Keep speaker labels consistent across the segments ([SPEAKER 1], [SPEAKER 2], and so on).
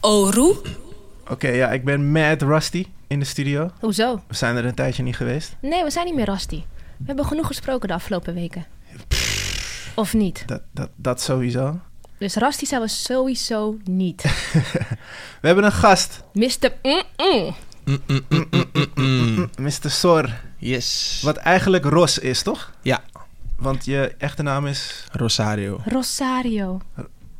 [SPEAKER 1] Oru.
[SPEAKER 2] Oké, ja, ik ben mad rusty in de studio.
[SPEAKER 3] Hoezo?
[SPEAKER 2] We zijn er een tijdje niet geweest.
[SPEAKER 3] Nee, we zijn niet meer Rasti. We hebben genoeg gesproken de afgelopen weken. Of niet?
[SPEAKER 2] Dat, dat, dat sowieso.
[SPEAKER 3] Dus Rasti zijn we sowieso niet.
[SPEAKER 2] We hebben een gast,
[SPEAKER 3] Mr. Mm-mm.
[SPEAKER 4] Mm, mm, mm, mm, mm, mm.
[SPEAKER 2] Mr. hm, Sor.
[SPEAKER 4] Yes.
[SPEAKER 2] Wat eigenlijk Ros is, toch?
[SPEAKER 4] Ja.
[SPEAKER 2] Want je echte naam is...
[SPEAKER 4] Rosario.
[SPEAKER 3] Rosario.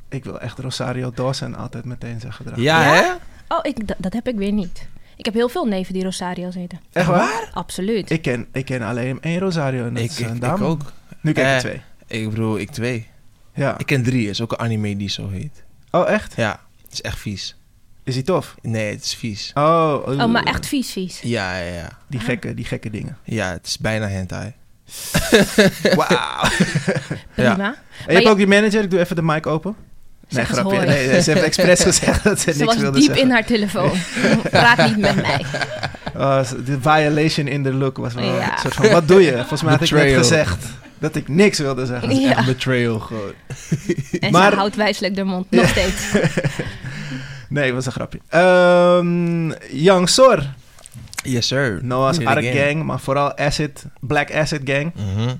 [SPEAKER 2] Ik wil echt Rosario Dawson altijd meteen zeggen. eraan.
[SPEAKER 4] Ja, hè?
[SPEAKER 3] Oh, ik, dat- dat heb ik weer niet. Ik heb heel veel neven die Rosario heten.
[SPEAKER 2] Echt waar?
[SPEAKER 3] Absoluut.
[SPEAKER 2] Ik ken, ik ken alleen één Rosario en dat
[SPEAKER 4] Ik,
[SPEAKER 2] is
[SPEAKER 4] ik,
[SPEAKER 2] een
[SPEAKER 4] ik
[SPEAKER 2] dame.
[SPEAKER 4] ook.
[SPEAKER 2] Nu ken ik
[SPEAKER 4] Eh.
[SPEAKER 2] er twee.
[SPEAKER 4] Ik bedoel, ik twee.
[SPEAKER 2] Ja.
[SPEAKER 4] Ik ken drie. is ook een anime die zo heet.
[SPEAKER 2] Oh, echt?
[SPEAKER 4] Ja, het is echt vies.
[SPEAKER 2] Is die tof?
[SPEAKER 4] Nee, het is vies.
[SPEAKER 2] Oh,
[SPEAKER 3] Oh, maar echt vies, vies.
[SPEAKER 4] Ja, ja, ja.
[SPEAKER 2] Die gekke, die gekke dingen.
[SPEAKER 4] Ja, het is bijna hentai.
[SPEAKER 2] Wauw. En
[SPEAKER 3] Prima.
[SPEAKER 2] je hebt
[SPEAKER 3] je-
[SPEAKER 2] ook die manager, ik doe even de mic open. Nee,
[SPEAKER 3] Zeg eens
[SPEAKER 2] grapje.
[SPEAKER 3] hoi.
[SPEAKER 2] Nee, nee, ze heeft expres gezegd dat ze,
[SPEAKER 3] Ze
[SPEAKER 2] niks
[SPEAKER 3] was
[SPEAKER 2] wilde
[SPEAKER 3] diep
[SPEAKER 2] zeggen.
[SPEAKER 3] in haar telefoon. Praat niet met mij.
[SPEAKER 2] Oh, ze- de violation in the look was wel
[SPEAKER 3] Ja.
[SPEAKER 2] een soort van, wat doe je? Volgens mij had ik net
[SPEAKER 4] Betrayal.
[SPEAKER 2] gezegd dat ik niks wilde zeggen.
[SPEAKER 3] Ja.
[SPEAKER 4] Echt betrayal gewoon.
[SPEAKER 3] En
[SPEAKER 2] Maar-
[SPEAKER 3] ze houdt wijselijk de mond. Nog steeds.
[SPEAKER 2] Nee, het was een grapje. Ehm Young Sor,
[SPEAKER 4] Yes, sir.
[SPEAKER 2] Noah's
[SPEAKER 4] Did it
[SPEAKER 2] Ark
[SPEAKER 4] again.
[SPEAKER 2] Gang, maar vooral Acid, Black Acid Gang.
[SPEAKER 4] Mhm.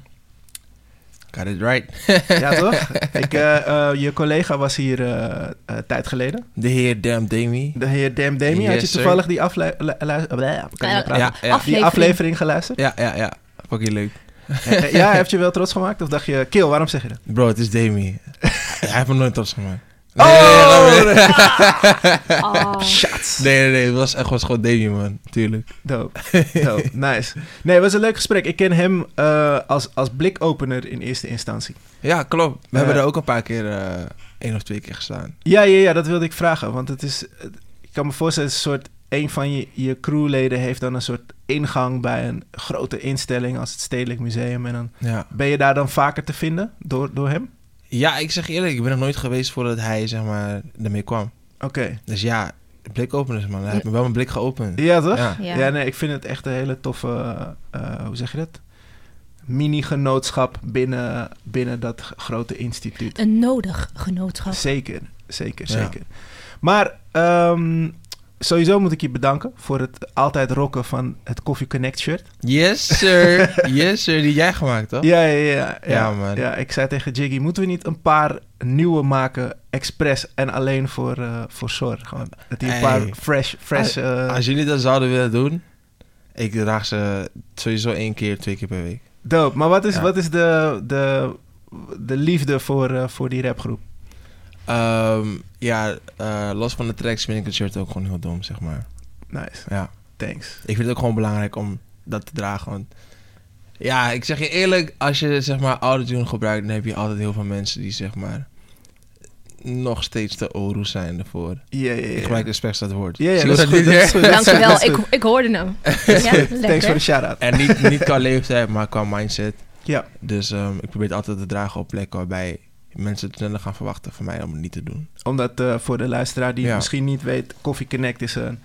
[SPEAKER 4] Got it right.
[SPEAKER 2] Ja, toch? Ik, eh, eh, je collega was hier eh, eh, tijd geleden.
[SPEAKER 4] De heer Damn Demi.
[SPEAKER 2] De heer Dam Demi. Had je
[SPEAKER 4] Yes, sir.
[SPEAKER 2] toevallig die, afle- lu- lu- bleh, kan niet meer praten.
[SPEAKER 4] Ja, ja.
[SPEAKER 2] die
[SPEAKER 3] Aflevering.
[SPEAKER 2] aflevering geluisterd?
[SPEAKER 4] Ja, ja, ja. Fucking leuk.
[SPEAKER 2] Eh, ja, heeft je wel trots gemaakt? Of dacht je, kill, waarom zeg je dat?
[SPEAKER 4] Bro, het is Demi. Hij heeft me nooit trots gemaakt.
[SPEAKER 2] Oh!
[SPEAKER 4] Nee, nee, nee, nee, nee.
[SPEAKER 3] Oh.
[SPEAKER 2] Shots!
[SPEAKER 4] Nee, nee, nee, het was echt was gewoon Demi, man. Tuurlijk.
[SPEAKER 2] Dope. Dope. Nice. Nee, het was een leuk gesprek. Ik ken hem eh, als, als blikopener in eerste instantie.
[SPEAKER 4] Ja, klopt. We
[SPEAKER 2] Ja.
[SPEAKER 4] hebben er ook een paar keer, eh, één of twee keer gestaan.
[SPEAKER 2] Ja, ja, ja, dat wilde ik vragen. Want het is, het- ik kan me voorstellen, het is een soort, een van je, je crewleden heeft dan een soort ingang bij een grote instelling als het Stedelijk Museum. En dan
[SPEAKER 4] Ja.
[SPEAKER 2] ben je daar dan vaker te vinden door, door hem?
[SPEAKER 4] ja, ik zeg je eerlijk, ik ben nog nooit geweest voordat hij, zeg maar, ermee kwam.
[SPEAKER 2] Oké.
[SPEAKER 4] Dus ja, blikopeners, man. Hij heeft me wel mijn blik geopend.
[SPEAKER 2] Ja, toch?
[SPEAKER 4] Ja.
[SPEAKER 2] Ja.
[SPEAKER 3] Ja.
[SPEAKER 2] nee, ik vind het echt een hele toffe, eh, hoe zeg je dat? Mini-genootschap binnen, binnen dat g- grote instituut.
[SPEAKER 3] Een nodig genootschap.
[SPEAKER 2] Zeker, zeker,
[SPEAKER 4] Ja.
[SPEAKER 2] zeker. Maar ehm, sowieso moet ik je bedanken voor het altijd rocken van het Coffee Connect shirt.
[SPEAKER 4] Yes, sir. yes, sir. Die heb jij gemaakt, toch?
[SPEAKER 2] Ja, ja, ja, ja.
[SPEAKER 4] Ja, man.
[SPEAKER 2] Ja, ik zei tegen Jiggy, moeten we niet een paar nieuwe maken, expres en alleen voor, eh voor Sor? Gewoon, dat hij een
[SPEAKER 4] Hey.
[SPEAKER 2] paar fresh, fresh... eh,
[SPEAKER 4] Als jullie dat zouden willen doen, ik draag ze sowieso één keer, twee keer per week.
[SPEAKER 2] Dope. Maar wat is,
[SPEAKER 4] Ja.
[SPEAKER 2] wat is de, de, de liefde voor, eh, voor die rapgroep?
[SPEAKER 4] Ehm, ja, eh, los van de tracks vind ik het shirt ook gewoon heel dom, zeg maar.
[SPEAKER 2] Nice,
[SPEAKER 4] Ja,
[SPEAKER 2] thanks.
[SPEAKER 4] ik vind het ook gewoon belangrijk om dat te dragen. Want ja, ik zeg je eerlijk, als je zeg maar autotune gebruikt, dan heb je altijd heel veel mensen die zeg maar nog steeds te oru zijn ervoor.
[SPEAKER 2] Ja, ja, ja.
[SPEAKER 4] Ik gebruik expres dat woord.
[SPEAKER 2] Ja, ja,
[SPEAKER 4] Zie
[SPEAKER 2] dat
[SPEAKER 4] je
[SPEAKER 2] is
[SPEAKER 4] wat
[SPEAKER 2] goed, dat is goed, dat is goed,
[SPEAKER 3] Dankjewel,
[SPEAKER 2] dat is
[SPEAKER 3] ik,
[SPEAKER 2] goed.
[SPEAKER 3] ik hoorde hem. Ja,
[SPEAKER 2] Thanks voor de
[SPEAKER 3] lekker.
[SPEAKER 2] shout-out.
[SPEAKER 4] En niet, niet qua leeftijd, maar qua mindset.
[SPEAKER 2] Ja.
[SPEAKER 4] Dus ehm, ik probeer het altijd te dragen op plekken waarbij mensen het sneller gaan verwachten van mij om het niet te doen.
[SPEAKER 2] Omdat eh, voor de luisteraar die het
[SPEAKER 4] Ja.
[SPEAKER 2] misschien niet weet, Coffee Connect is een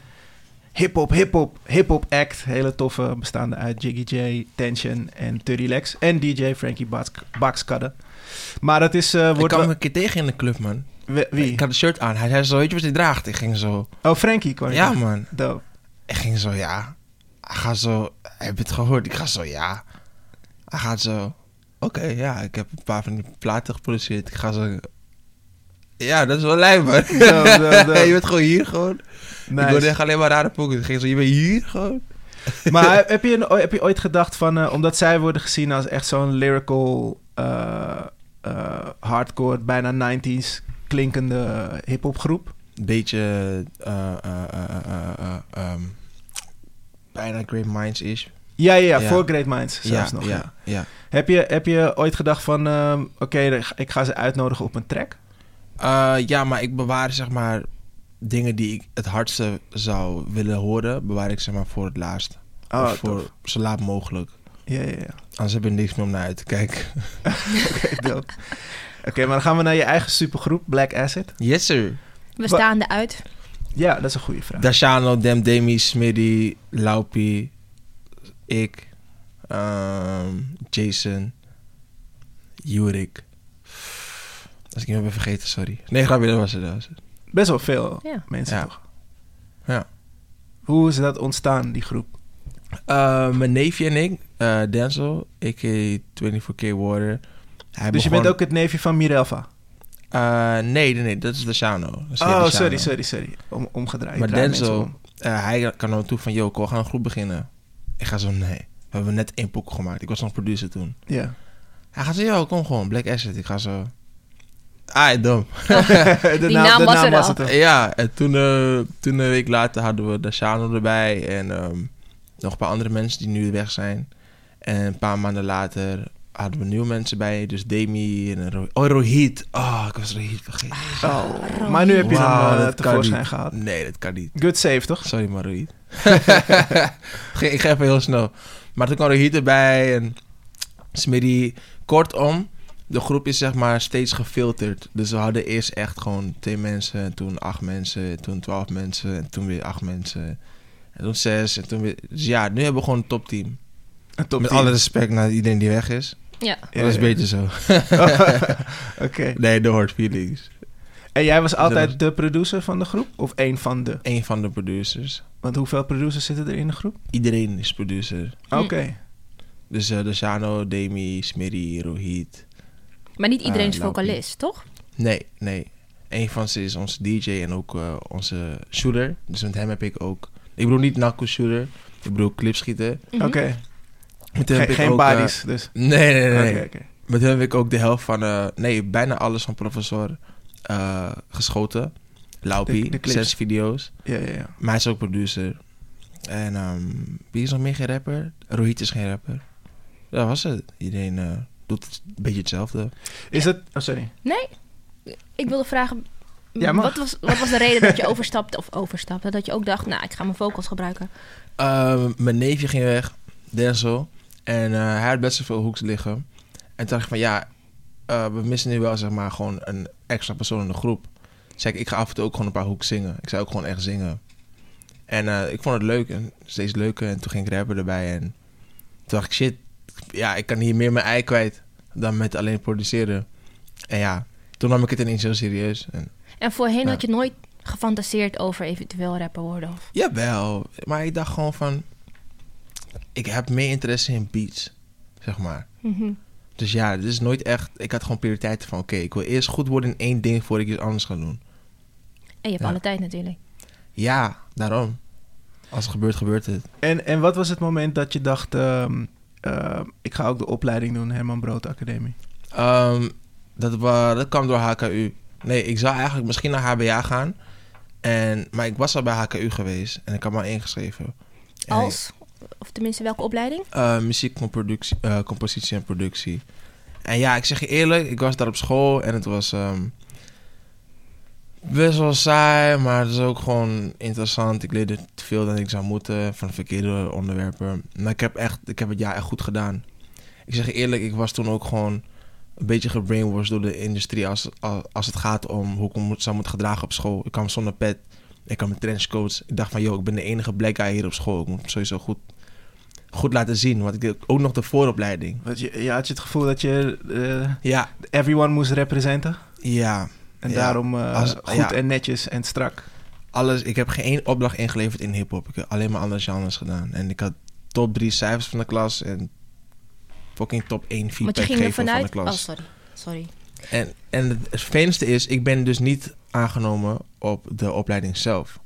[SPEAKER 2] hip-hop, hip-hop, hip-hop act. Hele toffe, bestaande uit Jiggy J, Tension en Turdy Lex. En DJ Frankie Bas- Baxkadde. Maar het is. eh,
[SPEAKER 4] ik
[SPEAKER 2] wordt
[SPEAKER 4] kwam hem
[SPEAKER 2] wel-
[SPEAKER 4] een keer tegen in de club, man.
[SPEAKER 2] we- wie?
[SPEAKER 4] Ik had een shirt aan. Hij zei zo, weet je wat hij draagt? Ik ging zo,
[SPEAKER 2] Oh, Frankie kwam. je
[SPEAKER 4] ja
[SPEAKER 2] tegen.
[SPEAKER 4] man.
[SPEAKER 2] Dope.
[SPEAKER 4] Ik ging zo, ja. Hij gaat zo, heb je het gehoord? Ik ga zo, ja. Hij gaat zo, oké, ja, ik heb een paar van die platen geproduceerd. Ik ga zo, ja, dat is wel lijp, man.
[SPEAKER 2] Zo, zo, zo.
[SPEAKER 4] je bent gewoon hier, gewoon. Ik
[SPEAKER 2] Nice.
[SPEAKER 4] wilde echt alleen maar rare pokken. Ik ging zo, je bent hier, gewoon.
[SPEAKER 2] Maar heb je, een- heb je ooit gedacht van, eh, omdat zij worden gezien als echt zo'n lyrical, eh, eh, hardcore, bijna 90s klinkende hip-hop groep?
[SPEAKER 4] beetje eh, eh, eh, eh, eh, ehm, bijna Great Minds is.
[SPEAKER 2] Ja, ja, ja,
[SPEAKER 4] Ja.
[SPEAKER 2] voor Great Minds zelfs nog. ja.
[SPEAKER 4] ja, ja.
[SPEAKER 2] Heb je, heb je ooit gedacht van, ehm, oké, dan ga- ik ga ze uitnodigen op een track?
[SPEAKER 4] Eh, ja, maar ik bewaar zeg maar dingen die ik het hardste zou willen horen, bewaar ik zeg maar voor het laatst.
[SPEAKER 2] Oh,
[SPEAKER 4] Of voor
[SPEAKER 2] tof.
[SPEAKER 4] zo laat mogelijk.
[SPEAKER 2] Ja, ja, ja.
[SPEAKER 4] Anders heb je niks meer om naar uit te kijken.
[SPEAKER 2] Oké, dope. Oké, maar dan gaan we naar je eigen supergroep, Black Acid.
[SPEAKER 4] Yes, sir.
[SPEAKER 3] We staan eruit.
[SPEAKER 2] Ja, dat is een goede vraag.
[SPEAKER 4] Dashano, Dem Demi, Smitty, Laupi, ik, ehm, Jason, Jurik. Als ik iemand ben vergeten, sorry. Nee, grapje, dat was het. Dat was het.
[SPEAKER 2] Best wel veel
[SPEAKER 3] Ja.
[SPEAKER 2] mensen
[SPEAKER 4] Ja.
[SPEAKER 2] toch?
[SPEAKER 4] Ja.
[SPEAKER 2] Hoe is dat ontstaan, die groep?
[SPEAKER 4] Eh, mijn neefje en ik, eh Denzel, a.k.a. 24K Water. Hij
[SPEAKER 2] dus je
[SPEAKER 4] begon-
[SPEAKER 2] bent ook het neefje van Mirelva?
[SPEAKER 4] Eh, nee, nee, nee, dat is Luciano. Dat is
[SPEAKER 2] Oh,
[SPEAKER 4] Luciano.
[SPEAKER 2] sorry, sorry, sorry. Om, omgedraaid.
[SPEAKER 4] Maar
[SPEAKER 2] Draai mensen
[SPEAKER 4] Denzel,
[SPEAKER 2] om.
[SPEAKER 4] eh, hij kan naar me toe van... Yo, Cor, we gaan een groep beginnen. Ik ga zo, nee. We hebben net één poek gemaakt. Ik was nog producer toen.
[SPEAKER 2] Ja.
[SPEAKER 4] Hij gaat zo, yo, kom gewoon. Black Asset. Ik ga zo... Ah, dom.
[SPEAKER 2] de
[SPEAKER 3] Die naam was er al.
[SPEAKER 2] al.
[SPEAKER 4] Ja, en toen, eh, toen een week later hadden we Luciano erbij. En ehm, nog een paar andere mensen die nu weg zijn. En een paar maanden later hadden we nieuwe mensen bij. Dus Demi en Ro- Oh, Rohit. Oh, ik was Rohit vergeten.
[SPEAKER 2] Oh, maar nu heb je
[SPEAKER 4] Wauw,
[SPEAKER 2] hem eh,
[SPEAKER 4] dat kan
[SPEAKER 2] tevoorschijn
[SPEAKER 4] niet.
[SPEAKER 2] gehaald.
[SPEAKER 4] Nee, dat kan niet.
[SPEAKER 2] Good save, toch?
[SPEAKER 4] Sorry, maar Rohit. Ge- ik ga even heel snel. Maar toen kwam Rohit erbij en Smitty. Kortom, de groep is zeg maar steeds gefilterd. Dus we hadden eerst echt gewoon twee mensen, en toen acht mensen, toen twaalf mensen, en toen weer acht mensen. En toen zes, en toen weer... Dus ja, nu hebben we gewoon een topteam.
[SPEAKER 2] Een top
[SPEAKER 4] Met
[SPEAKER 2] team.
[SPEAKER 4] alle respect naar iedereen die weg is.
[SPEAKER 3] Ja.
[SPEAKER 2] Ja,
[SPEAKER 4] dat is
[SPEAKER 2] ja.
[SPEAKER 4] beter zo.
[SPEAKER 2] Oké.
[SPEAKER 4] nee, de hard feelings.
[SPEAKER 2] En jij was
[SPEAKER 4] Dus-
[SPEAKER 2] altijd de producer van de groep? Of één van de?
[SPEAKER 4] Eén van de producers.
[SPEAKER 2] Want hoeveel producers zitten er in de groep?
[SPEAKER 4] Iedereen is producer.
[SPEAKER 3] Hm.
[SPEAKER 2] Ah, Oké.
[SPEAKER 4] Dus eh Luciano, Demi, Smitty, Rohit...
[SPEAKER 3] Hm. Maar niet iedereen is
[SPEAKER 4] Eh, Laukie.
[SPEAKER 3] vocalist, toch?
[SPEAKER 4] Nee, nee. Eén van ze is onze DJ en ook eh, onze shooter. Dus met hem heb ik ook. Ik bedoel niet Naku shooter. Ik bedoel clipschieten.
[SPEAKER 3] Mhm.
[SPEAKER 2] Oké.
[SPEAKER 4] Met hem
[SPEAKER 2] Ge-
[SPEAKER 4] heb ik
[SPEAKER 2] geen
[SPEAKER 4] ook, eh,
[SPEAKER 2] bodies, dus.
[SPEAKER 4] nee, nee, nee. nee.
[SPEAKER 2] Oké, oké.
[SPEAKER 4] Met hem heb ik ook de helft van. eh, nee, bijna alles van professor eh, geschoten.
[SPEAKER 2] De-
[SPEAKER 4] Laupie,
[SPEAKER 2] de clips.
[SPEAKER 4] zes video's.
[SPEAKER 2] Ja, ja, ja.
[SPEAKER 4] Maar hij is ook producer. En ehm, wie is nog meer geen rapper? Rohit is geen rapper. Dat was het. Iedereen eh, doet het een beetje hetzelfde.
[SPEAKER 2] Is het... Oh, sorry.
[SPEAKER 3] Ik wilde vragen,
[SPEAKER 2] Ja, mag.
[SPEAKER 3] wat, was, wat was de reden dat je overstapte of overstapte? Dat je ook dacht, nou, ik ga mijn vocals gebruiken.
[SPEAKER 4] Ehm, mijn neefje ging weg, Denzel. En eh, hij had best wel veel hoeks liggen. En toen dacht ik van ja, eh, we missen nu wel zeg maar gewoon een extra persoon in de groep. Toen zei ik, ik ga af en toe ook gewoon een paar hoeks zingen. Ik zou ook gewoon echt zingen. En eh, ik vond het leuk en steeds leuker. En toen ging ik rappen erbij. En toen dacht ik shit, ja, ik kan hier meer mijn ei kwijt dan met alleen produceren. En ja, toen nam ik het ineens heel serieus. En,
[SPEAKER 3] En voorheen
[SPEAKER 4] Ja.
[SPEAKER 3] had je nooit gefantaseerd over eventueel rapper worden. Of...
[SPEAKER 4] Jawel, maar ik dacht gewoon van... Ik heb meer interesse in beats, zeg maar.
[SPEAKER 3] Mhm.
[SPEAKER 4] Dus ja, dit is nooit echt... Ik had gewoon prioriteiten van... Oké, ik wil eerst goed worden in één ding voordat ik iets anders ga doen.
[SPEAKER 3] En je hebt
[SPEAKER 4] Ja.
[SPEAKER 3] alle tijd natuurlijk.
[SPEAKER 4] Ja, daarom. Als het gebeurt, gebeurt het.
[SPEAKER 2] En, en wat was het moment dat je dacht... ehm, ehm, ik ga ook de opleiding doen, Herman Brood Academie.
[SPEAKER 4] Ehm, dat, wa- dat kwam door HKU. Nee, ik zou eigenlijk misschien naar HBA gaan. En, maar ik was al bij HKU geweest. En ik had me al ingeschreven. En ik-
[SPEAKER 3] Als, of tenminste welke opleiding?
[SPEAKER 4] eh muziek, comproductie- eh, compositie en productie. En ja, ik zeg je eerlijk, ik was daar op school en het was ehm, best wel saai, maar het is ook gewoon interessant. Ik leerde veel dan ik zou moeten van verkeerde onderwerpen. Maar ik heb, echt, ik heb het jaar echt goed gedaan. Ik zeg je eerlijk, ik was toen ook gewoon een beetje gebrainwashed door de industrie als, als, als het gaat om hoe ik me moet- zou moeten gedragen op school. Ik kwam zonder pet, ik kwam met trenchcoats. Ik dacht van, joh, ik ben de enige black guy hier op school. Ik moet sowieso goed goed laten zien. Want ik deed ook nog de vooropleiding.
[SPEAKER 2] Want je, je had je het gevoel dat je eh,
[SPEAKER 4] Ja,
[SPEAKER 2] everyone moest representen.
[SPEAKER 4] ja.
[SPEAKER 2] En
[SPEAKER 4] Ja,
[SPEAKER 2] daarom eh,
[SPEAKER 4] als-
[SPEAKER 2] goed
[SPEAKER 4] ja.
[SPEAKER 2] en netjes en strak.
[SPEAKER 4] Alles, ik heb geen één opdracht ingeleverd in hip-hop. Ik heb alleen maar andere genres gedaan. En ik had top drie cijfers van de klas en fucking top één
[SPEAKER 3] Want
[SPEAKER 4] feedback
[SPEAKER 3] je ging er
[SPEAKER 4] geven van de
[SPEAKER 3] vanuit... Oh,
[SPEAKER 4] klas.
[SPEAKER 3] sorry. Sorry.
[SPEAKER 4] En, en het vervelendste is, ik ben dus niet aangenomen op de opleiding zelf.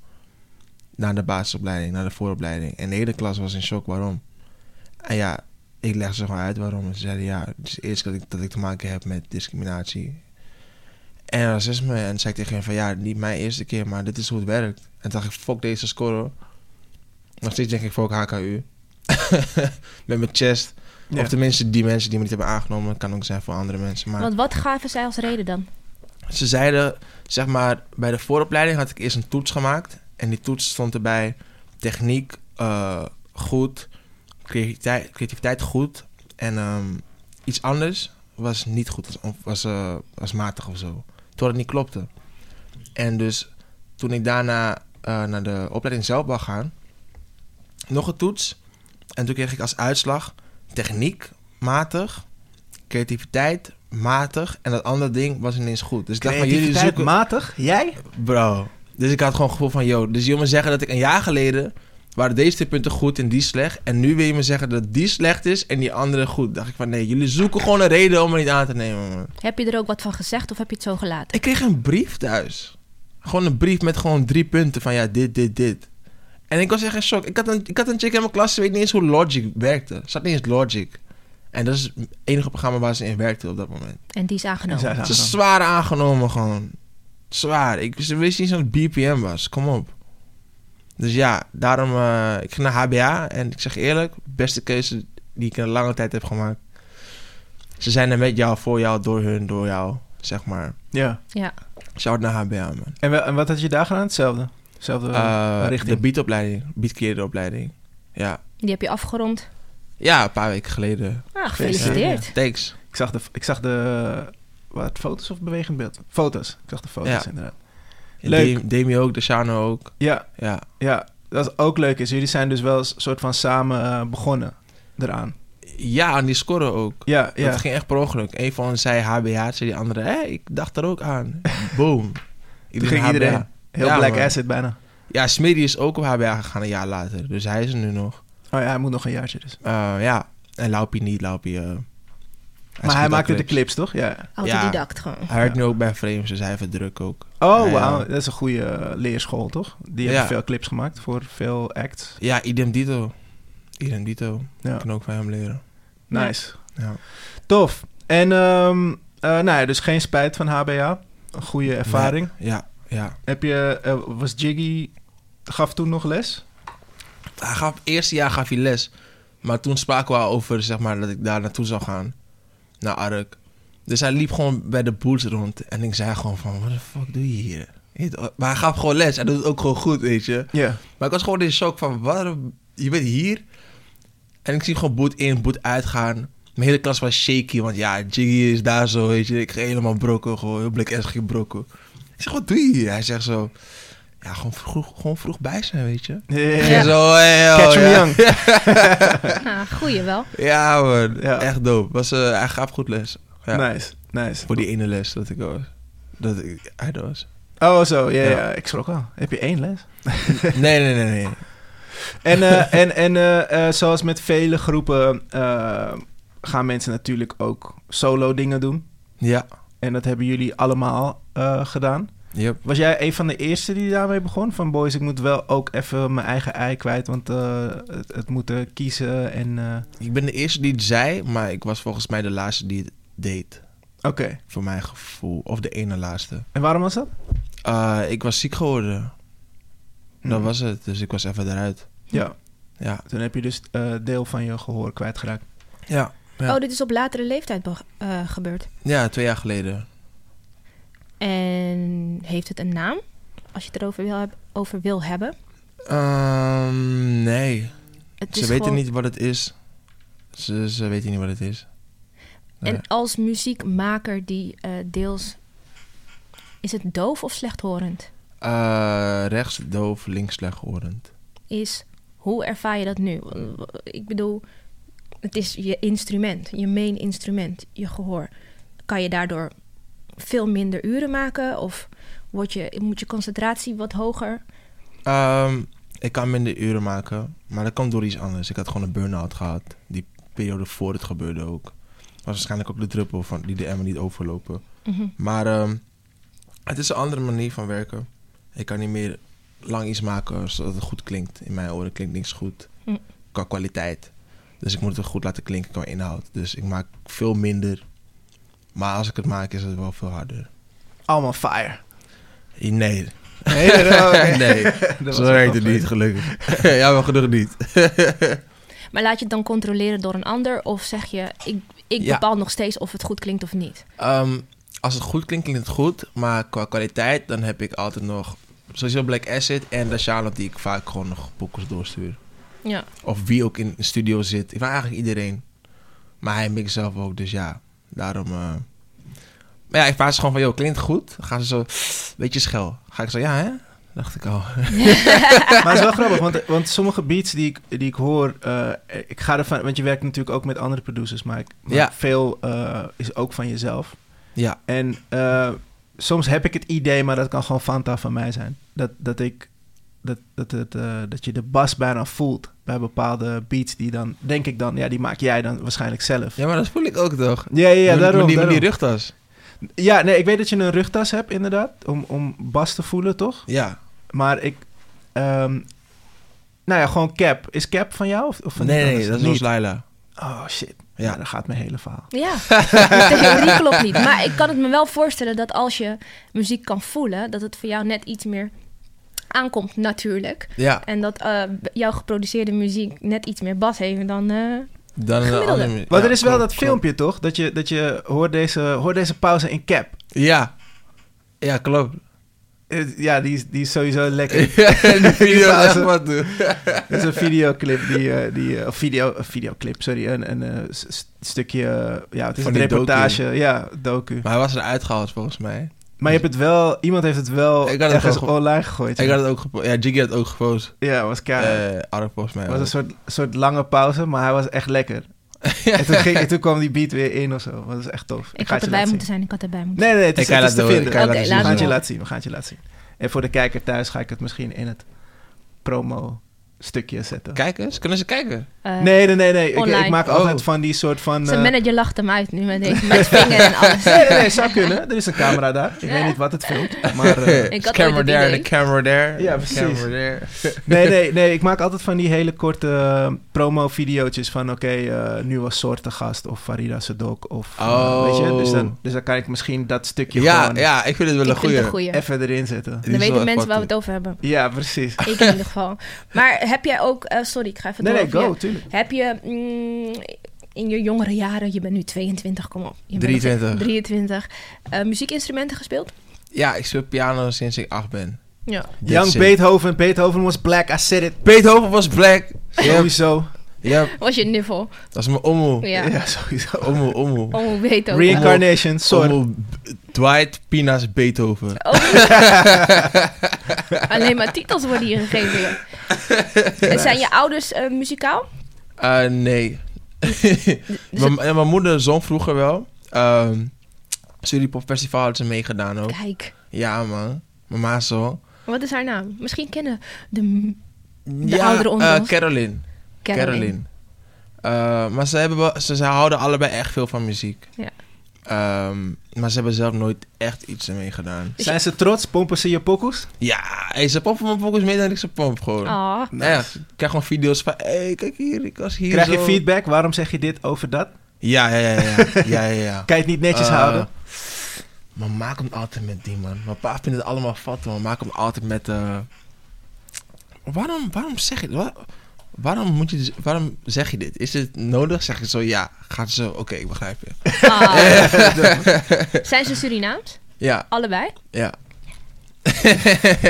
[SPEAKER 4] Naar de basisopleiding, naar de vooropleiding. En de hele klas was in shock waarom. En ja, ik legde ze gewoon uit waarom. En ze zeiden ja, het is eerst dat ik, dat ik te maken heb met discriminatie. En racisme. En toen zei ik tegen hen van ja, niet mijn eerste keer, maar dit is hoe het werkt. En toen dacht ik, fuck deze score. Nog steeds denk ik, fuck HKU. met mijn chest.
[SPEAKER 2] Ja.
[SPEAKER 4] Of tenminste die mensen die me niet hebben aangenomen. Het kan ook zijn voor andere mensen. Maar...
[SPEAKER 3] Want wat gaven zij als reden dan?
[SPEAKER 4] Ze zeiden, zeg maar, bij de vooropleiding had ik eerst een toets gemaakt. En die toets stond erbij techniek eh, goed, creativiteit, creativiteit goed. En ehm, iets anders was niet goed, was, on- was, eh, was matig of zo. Toen het niet klopte. En dus toen ik daarna eh, naar de opleiding zelf wou gaan, nog een toets. En toen kreeg ik als uitslag techniek matig, creativiteit matig en dat andere ding was ineens goed. Dus ik dacht van jullie
[SPEAKER 2] Creativiteit
[SPEAKER 4] zoeken...
[SPEAKER 2] matig? Jij?
[SPEAKER 4] Bro. Dus ik had gewoon het gevoel van, yo, dus je wil me zeggen dat ik een jaar geleden waren deze twee punten goed en die slecht. En nu wil je me zeggen dat die slecht is en die andere goed. Dacht ik van, nee, jullie zoeken gewoon een reden om me niet aan te nemen, man.
[SPEAKER 3] Heb je er ook wat van gezegd of heb je het zo gelaten?
[SPEAKER 4] Ik kreeg een brief thuis. Gewoon een brief met gewoon drie punten van, ja, dit, dit, dit. En ik was echt in shock. Ik had een, ik had een chick in mijn klas, ze weet niet eens hoe Logic werkte. Ze had niet eens Logic. En dat is het enige programma waar ze in werkte op dat moment.
[SPEAKER 3] En die is aangenomen.
[SPEAKER 2] En zij-
[SPEAKER 4] Ze
[SPEAKER 2] Ja,
[SPEAKER 4] is zwaar aangenomen gewoon. Zwaar. Ik ze wist niet eens wat BPM was. Kom op. Dus ja, daarom... eh, ik ging naar HBA. En ik zeg eerlijk, beste keuze die ik in een lange tijd heb gemaakt. Ze zijn er met jou, voor jou, door hun, door jou. Zeg maar.
[SPEAKER 2] Ja.
[SPEAKER 3] Ja.
[SPEAKER 4] Shout naar HBA, man.
[SPEAKER 2] En, wel- en wat had je daar gedaan? Hetzelfde? Hetzelfde
[SPEAKER 4] Eh,
[SPEAKER 2] richting.
[SPEAKER 4] De beatopleiding. Beatcleaderopleiding. Ja.
[SPEAKER 3] Die heb je afgerond.
[SPEAKER 4] Ja, een paar weken geleden.
[SPEAKER 3] Ah, gefeliciteerd.
[SPEAKER 4] Thanks.
[SPEAKER 2] Ik zag de, ik zag de eh, wat, foto's of bewegend beeld? Foto's. Ik zag de foto's
[SPEAKER 4] Ja.
[SPEAKER 2] inderdaad. Leuk.
[SPEAKER 4] Leuk. Demi ook, Desano ook.
[SPEAKER 2] Ja,
[SPEAKER 4] Ja.
[SPEAKER 2] ja, dat ook leuk is. Jullie zijn dus wel een soort van samen eh, begonnen eraan.
[SPEAKER 4] Ja, en die scoren ook.
[SPEAKER 2] Ja, ja.
[SPEAKER 4] Dat ging echt per ongeluk. Een van hen zei HBH, zei die andere, hé, ik dacht er ook aan. Boom.
[SPEAKER 2] Toen ging
[SPEAKER 4] HBH.
[SPEAKER 2] iedereen. Heel
[SPEAKER 4] Ja,
[SPEAKER 2] black
[SPEAKER 4] man.
[SPEAKER 2] acid bijna.
[SPEAKER 4] Ja, Smitty is ook op HBH gegaan een jaar later. Dus hij is er nu nog.
[SPEAKER 2] Oh ja, hij moet nog een jaartje dus.
[SPEAKER 4] Eh, ja, en Laupie niet, Laupie. eh, hij schiet
[SPEAKER 2] maar hij
[SPEAKER 4] ook
[SPEAKER 2] maakte de
[SPEAKER 4] clips.
[SPEAKER 2] clips, toch? Ja.
[SPEAKER 3] Autodidact gewoon.
[SPEAKER 4] Hij werkt nu ook bij Frames, dus hij heeft het druk ook.
[SPEAKER 2] Oh,
[SPEAKER 4] Nou Ja,
[SPEAKER 2] wauw.
[SPEAKER 4] ja.
[SPEAKER 2] Dat is een goede eh, leerschool, toch? Die hebben
[SPEAKER 4] Ja.
[SPEAKER 2] veel clips gemaakt voor veel acts.
[SPEAKER 4] Ja, idem dito. Idem dito.
[SPEAKER 2] Ja.
[SPEAKER 4] Ik kan ook van hem leren.
[SPEAKER 2] Nice.
[SPEAKER 4] Ja.
[SPEAKER 2] Tof. En, ehm eh, nou ja, dus geen spijt van HBA. Een goede ervaring.
[SPEAKER 4] Ja, ja.
[SPEAKER 2] Heb je, eh, was Jiggy, gaf toen nog les?
[SPEAKER 4] Hij gaf, eerste jaar gaf hij les. Maar toen spraken we al over zeg maar, dat ik daar naartoe zou gaan. Naar Ark. Dus hij liep gewoon bij de boels rond. En ik zei gewoon van, wat de fuck doe je hier? Weet je, Maar hij gaf gewoon les. Hij doet het ook gewoon goed, weet je.
[SPEAKER 2] Ja.
[SPEAKER 4] Maar ik was gewoon in shock van, waarom? Je bent hier? En ik zie gewoon boet in, boet uitgaan. Mijn hele klas was shaky, want ja, Jiggy is daar zo, weet je. Ik ging helemaal brokken, gewoon heel blik echt gebroken. Ik zeg, wat doe je hier? Hij zegt zo, ja, gewoon vroeg, gewoon vroeg bij zijn, weet je.
[SPEAKER 2] Ja, ja,
[SPEAKER 4] Ik
[SPEAKER 2] ja.
[SPEAKER 4] ging Zo, hey, oh,
[SPEAKER 2] Catch 'em
[SPEAKER 4] ja.
[SPEAKER 2] young.
[SPEAKER 3] Ah, goeie wel.
[SPEAKER 4] Ja, man.
[SPEAKER 2] Ja.
[SPEAKER 4] Echt dope. Was, eh, hij gaf goed les. Ja.
[SPEAKER 2] Nice, nice.
[SPEAKER 4] Voor die ene les dat ik was. Dat ik uit was.
[SPEAKER 2] Oh, zo. Ja, ja.
[SPEAKER 4] Ja.
[SPEAKER 2] ik schrok al. Heb je één les?
[SPEAKER 4] Nee, nee, nee, nee.
[SPEAKER 2] En, eh, en, en eh, eh, zoals met vele groepen eh, gaan mensen natuurlijk ook solo dingen doen.
[SPEAKER 4] Ja.
[SPEAKER 2] En dat hebben jullie allemaal eh, gedaan.
[SPEAKER 4] Yep.
[SPEAKER 2] Was jij een van de eerste die daarmee begon? Van boys, ik moet wel ook even mijn eigen ei kwijt, want eh, het, het moet eh, kiezen en... eh,
[SPEAKER 4] Ik ben de eerste die het zei, maar ik was volgens mij de laatste die het deed.
[SPEAKER 2] Oké.
[SPEAKER 4] Voor mijn gevoel. Of de ene laatste.
[SPEAKER 2] En waarom was dat?
[SPEAKER 4] Eh, ik was ziek geworden. Dat
[SPEAKER 2] Hmm.
[SPEAKER 4] was het. Dus ik was even eruit.
[SPEAKER 2] Ja,
[SPEAKER 4] Ja.
[SPEAKER 2] toen heb je dus eh, deel van je gehoor kwijtgeraakt.
[SPEAKER 4] Ja. Ja.
[SPEAKER 3] Oh, dit is op latere leeftijd be- eh, gebeurd.
[SPEAKER 4] Ja, twee jaar geleden.
[SPEAKER 3] En heeft het een naam? Als je het erover wil, heb- over wil hebben.
[SPEAKER 4] Ehm, nee.
[SPEAKER 3] Het
[SPEAKER 4] Ze
[SPEAKER 3] is
[SPEAKER 4] weten
[SPEAKER 3] gewoon-
[SPEAKER 4] niet wat het is. Ze, ze weten niet wat het is. Nee.
[SPEAKER 3] En als muziekmaker die eh, deels... Is het doof of slechthorend?
[SPEAKER 4] Eh, rechts doof, links slechthorend.
[SPEAKER 3] Is, hoe ervaar je dat nu? Ik bedoel, het is je instrument. Je main instrument. Je gehoor. Kan je daardoor veel minder uren maken? Of word je, moet je concentratie wat hoger?
[SPEAKER 4] Ehm, ik kan minder uren maken, maar dat komt door iets anders. Ik had gewoon een burn-out gehad. Die periode voor het gebeurde ook. Was waarschijnlijk ook de druppel van die de emmer niet overlopen.
[SPEAKER 3] Mhm.
[SPEAKER 4] Maar ehm, het is een andere manier van werken. Ik kan niet meer lang iets maken zodat het goed klinkt. In mijn oren klinkt niks goed
[SPEAKER 3] Hm.
[SPEAKER 4] qua kwaliteit. Dus ik moet het goed laten klinken qua inhoud. Dus ik maak veel minder. Maar als ik het maak, is het wel veel harder.
[SPEAKER 2] Allemaal fire.
[SPEAKER 4] Nee.
[SPEAKER 2] Nee, dat- oh, oké.
[SPEAKER 4] nee.
[SPEAKER 2] Dat was
[SPEAKER 4] Zo
[SPEAKER 2] wel
[SPEAKER 4] werkt het
[SPEAKER 2] fijn.
[SPEAKER 4] niet, gelukkig. ja, wel genoeg niet.
[SPEAKER 3] Maar laat je het dan controleren door een ander? Of zeg je, ik, ik
[SPEAKER 4] Ja.
[SPEAKER 3] bepaal nog steeds of het goed klinkt of niet?
[SPEAKER 4] Ehm, als het goed klinkt, klinkt het goed. Maar qua kwaliteit, dan heb ik altijd nog... Sowieso Black Acid en Dashano, die ik vaak gewoon nog pokkers doorstuur.
[SPEAKER 3] Ja.
[SPEAKER 4] Of wie ook in de studio zit. Ik vind eigenlijk iedereen. Maar hij mixt zelf ook, dus ja. Daarom... eh. Maar ja, ik vraag ze gewoon van, joh, klinkt het goed? Dan gaan ze zo, beetje schel. Ga ik zo, ja hè? Dacht ik al.
[SPEAKER 2] Maar het is wel grappig, want, want sommige beats die ik, die ik hoor, eh, ik ga ervan, want je werkt natuurlijk ook met andere producers, maar, ik, maar
[SPEAKER 4] Ja.
[SPEAKER 2] veel eh, is ook van jezelf.
[SPEAKER 4] Ja.
[SPEAKER 2] En eh, soms heb ik het idee, maar dat kan gewoon Fanta van mij zijn, dat, dat ik, dat, dat, het, eh, dat je de bas bijna voelt bij bepaalde beats die dan, denk ik dan, ja, die maak jij dan waarschijnlijk zelf. Ja,
[SPEAKER 4] Ja, maar dat voel ik ook toch?
[SPEAKER 2] ja, ja,
[SPEAKER 4] Met-
[SPEAKER 2] daarom.
[SPEAKER 4] Met die, met
[SPEAKER 2] daarom.
[SPEAKER 4] die rugtas.
[SPEAKER 2] Ja, nee, ik weet dat je een rugtas hebt, inderdaad, om, om bas te voelen, toch?
[SPEAKER 4] Ja.
[SPEAKER 2] Maar ik. ehm, nou ja, gewoon cap. Is cap van jou? Of, of van
[SPEAKER 4] nee,
[SPEAKER 2] iemand
[SPEAKER 4] nee,
[SPEAKER 2] anders?
[SPEAKER 4] dat is ons Laila.
[SPEAKER 2] Oh shit. Ja,
[SPEAKER 4] Ja.
[SPEAKER 2] dan gaat mijn hele verhaal.
[SPEAKER 3] Ja, de theorie klopt niet. Maar ik kan het me wel voorstellen dat als je muziek kan voelen, dat het voor jou net iets meer aankomt natuurlijk.
[SPEAKER 4] Ja,
[SPEAKER 3] En dat eh, jouw geproduceerde muziek net iets meer bas heeft dan... eh,
[SPEAKER 4] dan een
[SPEAKER 3] Gemiddelde.
[SPEAKER 4] andere...
[SPEAKER 2] Maar
[SPEAKER 4] ja,
[SPEAKER 2] er is wel
[SPEAKER 4] klopt,
[SPEAKER 2] dat
[SPEAKER 4] klopt.
[SPEAKER 2] filmpje toch? Dat je, dat je hoort, deze, hoort deze pauze in cap.
[SPEAKER 4] Ja. Ja, klopt.
[SPEAKER 2] Eh, Ja, die, is- die is sowieso lekker.
[SPEAKER 4] die video is
[SPEAKER 2] Ja,
[SPEAKER 4] echt
[SPEAKER 2] ze-
[SPEAKER 4] wat doen.
[SPEAKER 2] Dat is een videoclip die. eh, die eh, of video, een videoclip, sorry. Een, een eh, s- s- stukje. eh, Ja, het is
[SPEAKER 4] Van
[SPEAKER 2] een
[SPEAKER 4] die docu.
[SPEAKER 2] reportage. Ja, docu.
[SPEAKER 4] Maar hij was eruit gehaald volgens mij.
[SPEAKER 2] Maar je hebt het wel. Iemand heeft het wel.
[SPEAKER 4] Ik had het
[SPEAKER 2] ergens
[SPEAKER 4] wel ge-
[SPEAKER 2] online gegooid.
[SPEAKER 4] Ik
[SPEAKER 2] ja.
[SPEAKER 4] had het ook gepost. Ja, Jiggy had het ook gepost.
[SPEAKER 2] Ja, was
[SPEAKER 4] Eh
[SPEAKER 2] kaart.
[SPEAKER 4] Ark volgens mij.
[SPEAKER 2] Het was
[SPEAKER 4] ook.
[SPEAKER 2] een soort, soort lange pauze, maar hij was echt lekker. En toen, ging, en toen kwam die beat weer in of zo. Dat is echt tof.
[SPEAKER 3] ik had
[SPEAKER 2] ga het je
[SPEAKER 3] erbij
[SPEAKER 2] laten
[SPEAKER 3] moeten zijn, ik had erbij moeten
[SPEAKER 2] zien. Nee, nee, het is,
[SPEAKER 4] Ik ga
[SPEAKER 2] het is
[SPEAKER 4] je
[SPEAKER 2] te
[SPEAKER 4] laten-
[SPEAKER 2] vinden.
[SPEAKER 4] ik ga je
[SPEAKER 3] Oké,
[SPEAKER 2] we
[SPEAKER 3] laten
[SPEAKER 2] gaan het je
[SPEAKER 3] zien.
[SPEAKER 2] laten zien. We gaan het je laten zien. En voor de kijker thuis ga ik het misschien in het promo stukje zetten.
[SPEAKER 4] Kijkers? Kunnen ze kijken?
[SPEAKER 3] zijn. Eh,
[SPEAKER 2] Nee, nee, nee, nee. Ik,
[SPEAKER 3] online.
[SPEAKER 2] ik maak
[SPEAKER 4] Oh.
[SPEAKER 2] altijd van die soort van.
[SPEAKER 3] Zijn
[SPEAKER 2] eh,
[SPEAKER 3] manager lacht hem uit nu met, deze, met vinger en alles.
[SPEAKER 2] nee, nee, nee, zou kunnen. Er is een camera daar. Ik weet niet wat het filmt. Maar. eh,
[SPEAKER 3] Ik
[SPEAKER 4] Is
[SPEAKER 3] had
[SPEAKER 4] camera
[SPEAKER 3] ooit het
[SPEAKER 4] there,
[SPEAKER 3] idee.
[SPEAKER 4] de camera there.
[SPEAKER 2] Ja,
[SPEAKER 4] de
[SPEAKER 2] precies.
[SPEAKER 4] Camera there.
[SPEAKER 2] Nee, nee, nee. Ik maak altijd van die hele korte eh, promo-videootjes van... oké, eh, nu was Soort de gast of Farida Sadok of... eh,
[SPEAKER 4] Oh.
[SPEAKER 2] weet je? Dus dan, dus dan kan ik misschien dat stukje
[SPEAKER 4] Ja,
[SPEAKER 2] gewoon
[SPEAKER 4] ja, ik vind het wel een
[SPEAKER 3] ik vind het een
[SPEAKER 4] goeie.
[SPEAKER 3] goeie.
[SPEAKER 2] even erin zetten.
[SPEAKER 4] Die
[SPEAKER 3] Dan
[SPEAKER 4] is wel
[SPEAKER 3] weten
[SPEAKER 4] echt
[SPEAKER 3] mensen
[SPEAKER 4] wat
[SPEAKER 3] waar we het
[SPEAKER 4] doen.
[SPEAKER 3] over hebben.
[SPEAKER 2] Ja, precies.
[SPEAKER 3] Ik in ieder geval. Maar heb jij ook... eh, sorry, ik ga even
[SPEAKER 2] Nee,
[SPEAKER 3] door.
[SPEAKER 2] nee,
[SPEAKER 3] of je-
[SPEAKER 2] go, tuurlijk.
[SPEAKER 3] Heb je mm, in je jongere jaren, je bent nu 22, kom op. Je bent
[SPEAKER 4] 23.
[SPEAKER 3] nog 23. eh, muziekinstrumenten gespeeld?
[SPEAKER 4] Ja, ik speel piano sinds ik acht ben.
[SPEAKER 3] Ja.
[SPEAKER 4] Dit
[SPEAKER 2] Young
[SPEAKER 4] is het.
[SPEAKER 2] Beethoven. Beethoven was black, I said it.
[SPEAKER 4] Beethoven was black. Yep,
[SPEAKER 2] Sowieso.
[SPEAKER 4] yep.
[SPEAKER 3] Was je niffel?
[SPEAKER 4] Dat is mijn omhoe.
[SPEAKER 2] Ja,
[SPEAKER 3] Ja.
[SPEAKER 2] sowieso.
[SPEAKER 4] Omhoe, omhoe.
[SPEAKER 3] Oh, weet ook.
[SPEAKER 4] Reincarn-
[SPEAKER 2] Reincarnation, sorry.
[SPEAKER 4] Omhoe B- Dwight Pina's Beethoven.
[SPEAKER 3] Oh, Alleen maar titels worden hier gegeven. joh. En Zijn je ouders eh, muzikaal?
[SPEAKER 2] Oh.
[SPEAKER 4] Eh, nee. Mijn- ja, Mijn moeder zong vroeger wel. Ehm Suripop Festival had ze meegedaan ook.
[SPEAKER 3] Kijk,
[SPEAKER 4] Ja, man. Mijn ma zong.
[SPEAKER 3] wat is haar naam? Misschien kennen de m-
[SPEAKER 4] ja,
[SPEAKER 3] ouderen onder
[SPEAKER 4] eh,
[SPEAKER 3] ons.
[SPEAKER 4] Caroline.
[SPEAKER 3] Caroline.
[SPEAKER 4] Caroline. Eh, maar ze, hebben wel, ze, ze houden allebei echt veel van muziek.
[SPEAKER 3] Ja.
[SPEAKER 4] Ehm, maar ze hebben zelf nooit echt iets ermee gedaan.
[SPEAKER 2] Zijn ze trots? Pompen ze je pokoes?
[SPEAKER 4] Ja, hey, ze pompen mijn focus meer dan ik ze pomp gewoon.
[SPEAKER 3] Ah,
[SPEAKER 4] Echt. Ik krijg gewoon video's van, hey, kijk hier, ik was hier
[SPEAKER 2] Krijg je
[SPEAKER 4] zo.
[SPEAKER 2] feedback? Waarom zeg je dit over dat?
[SPEAKER 4] Ja, ja, ja. ja, ja, ja, ja.
[SPEAKER 2] Kan je het niet netjes
[SPEAKER 4] Eh,
[SPEAKER 2] houden?
[SPEAKER 4] Mijn ma komt altijd met die, man. Mijn pa vindt het allemaal fat, man. Mijn ma komt altijd met... eh, waarom, waarom zeg je... Waar, waarom, moet je, dus, waarom zeg je dit? Is dit nodig? Zeg ik zo, ja. Gaat ze zo, oké, ik begrijp je.
[SPEAKER 3] ah. Zijn ze Surinaams?
[SPEAKER 4] Ja,
[SPEAKER 3] Allebei?
[SPEAKER 4] ja.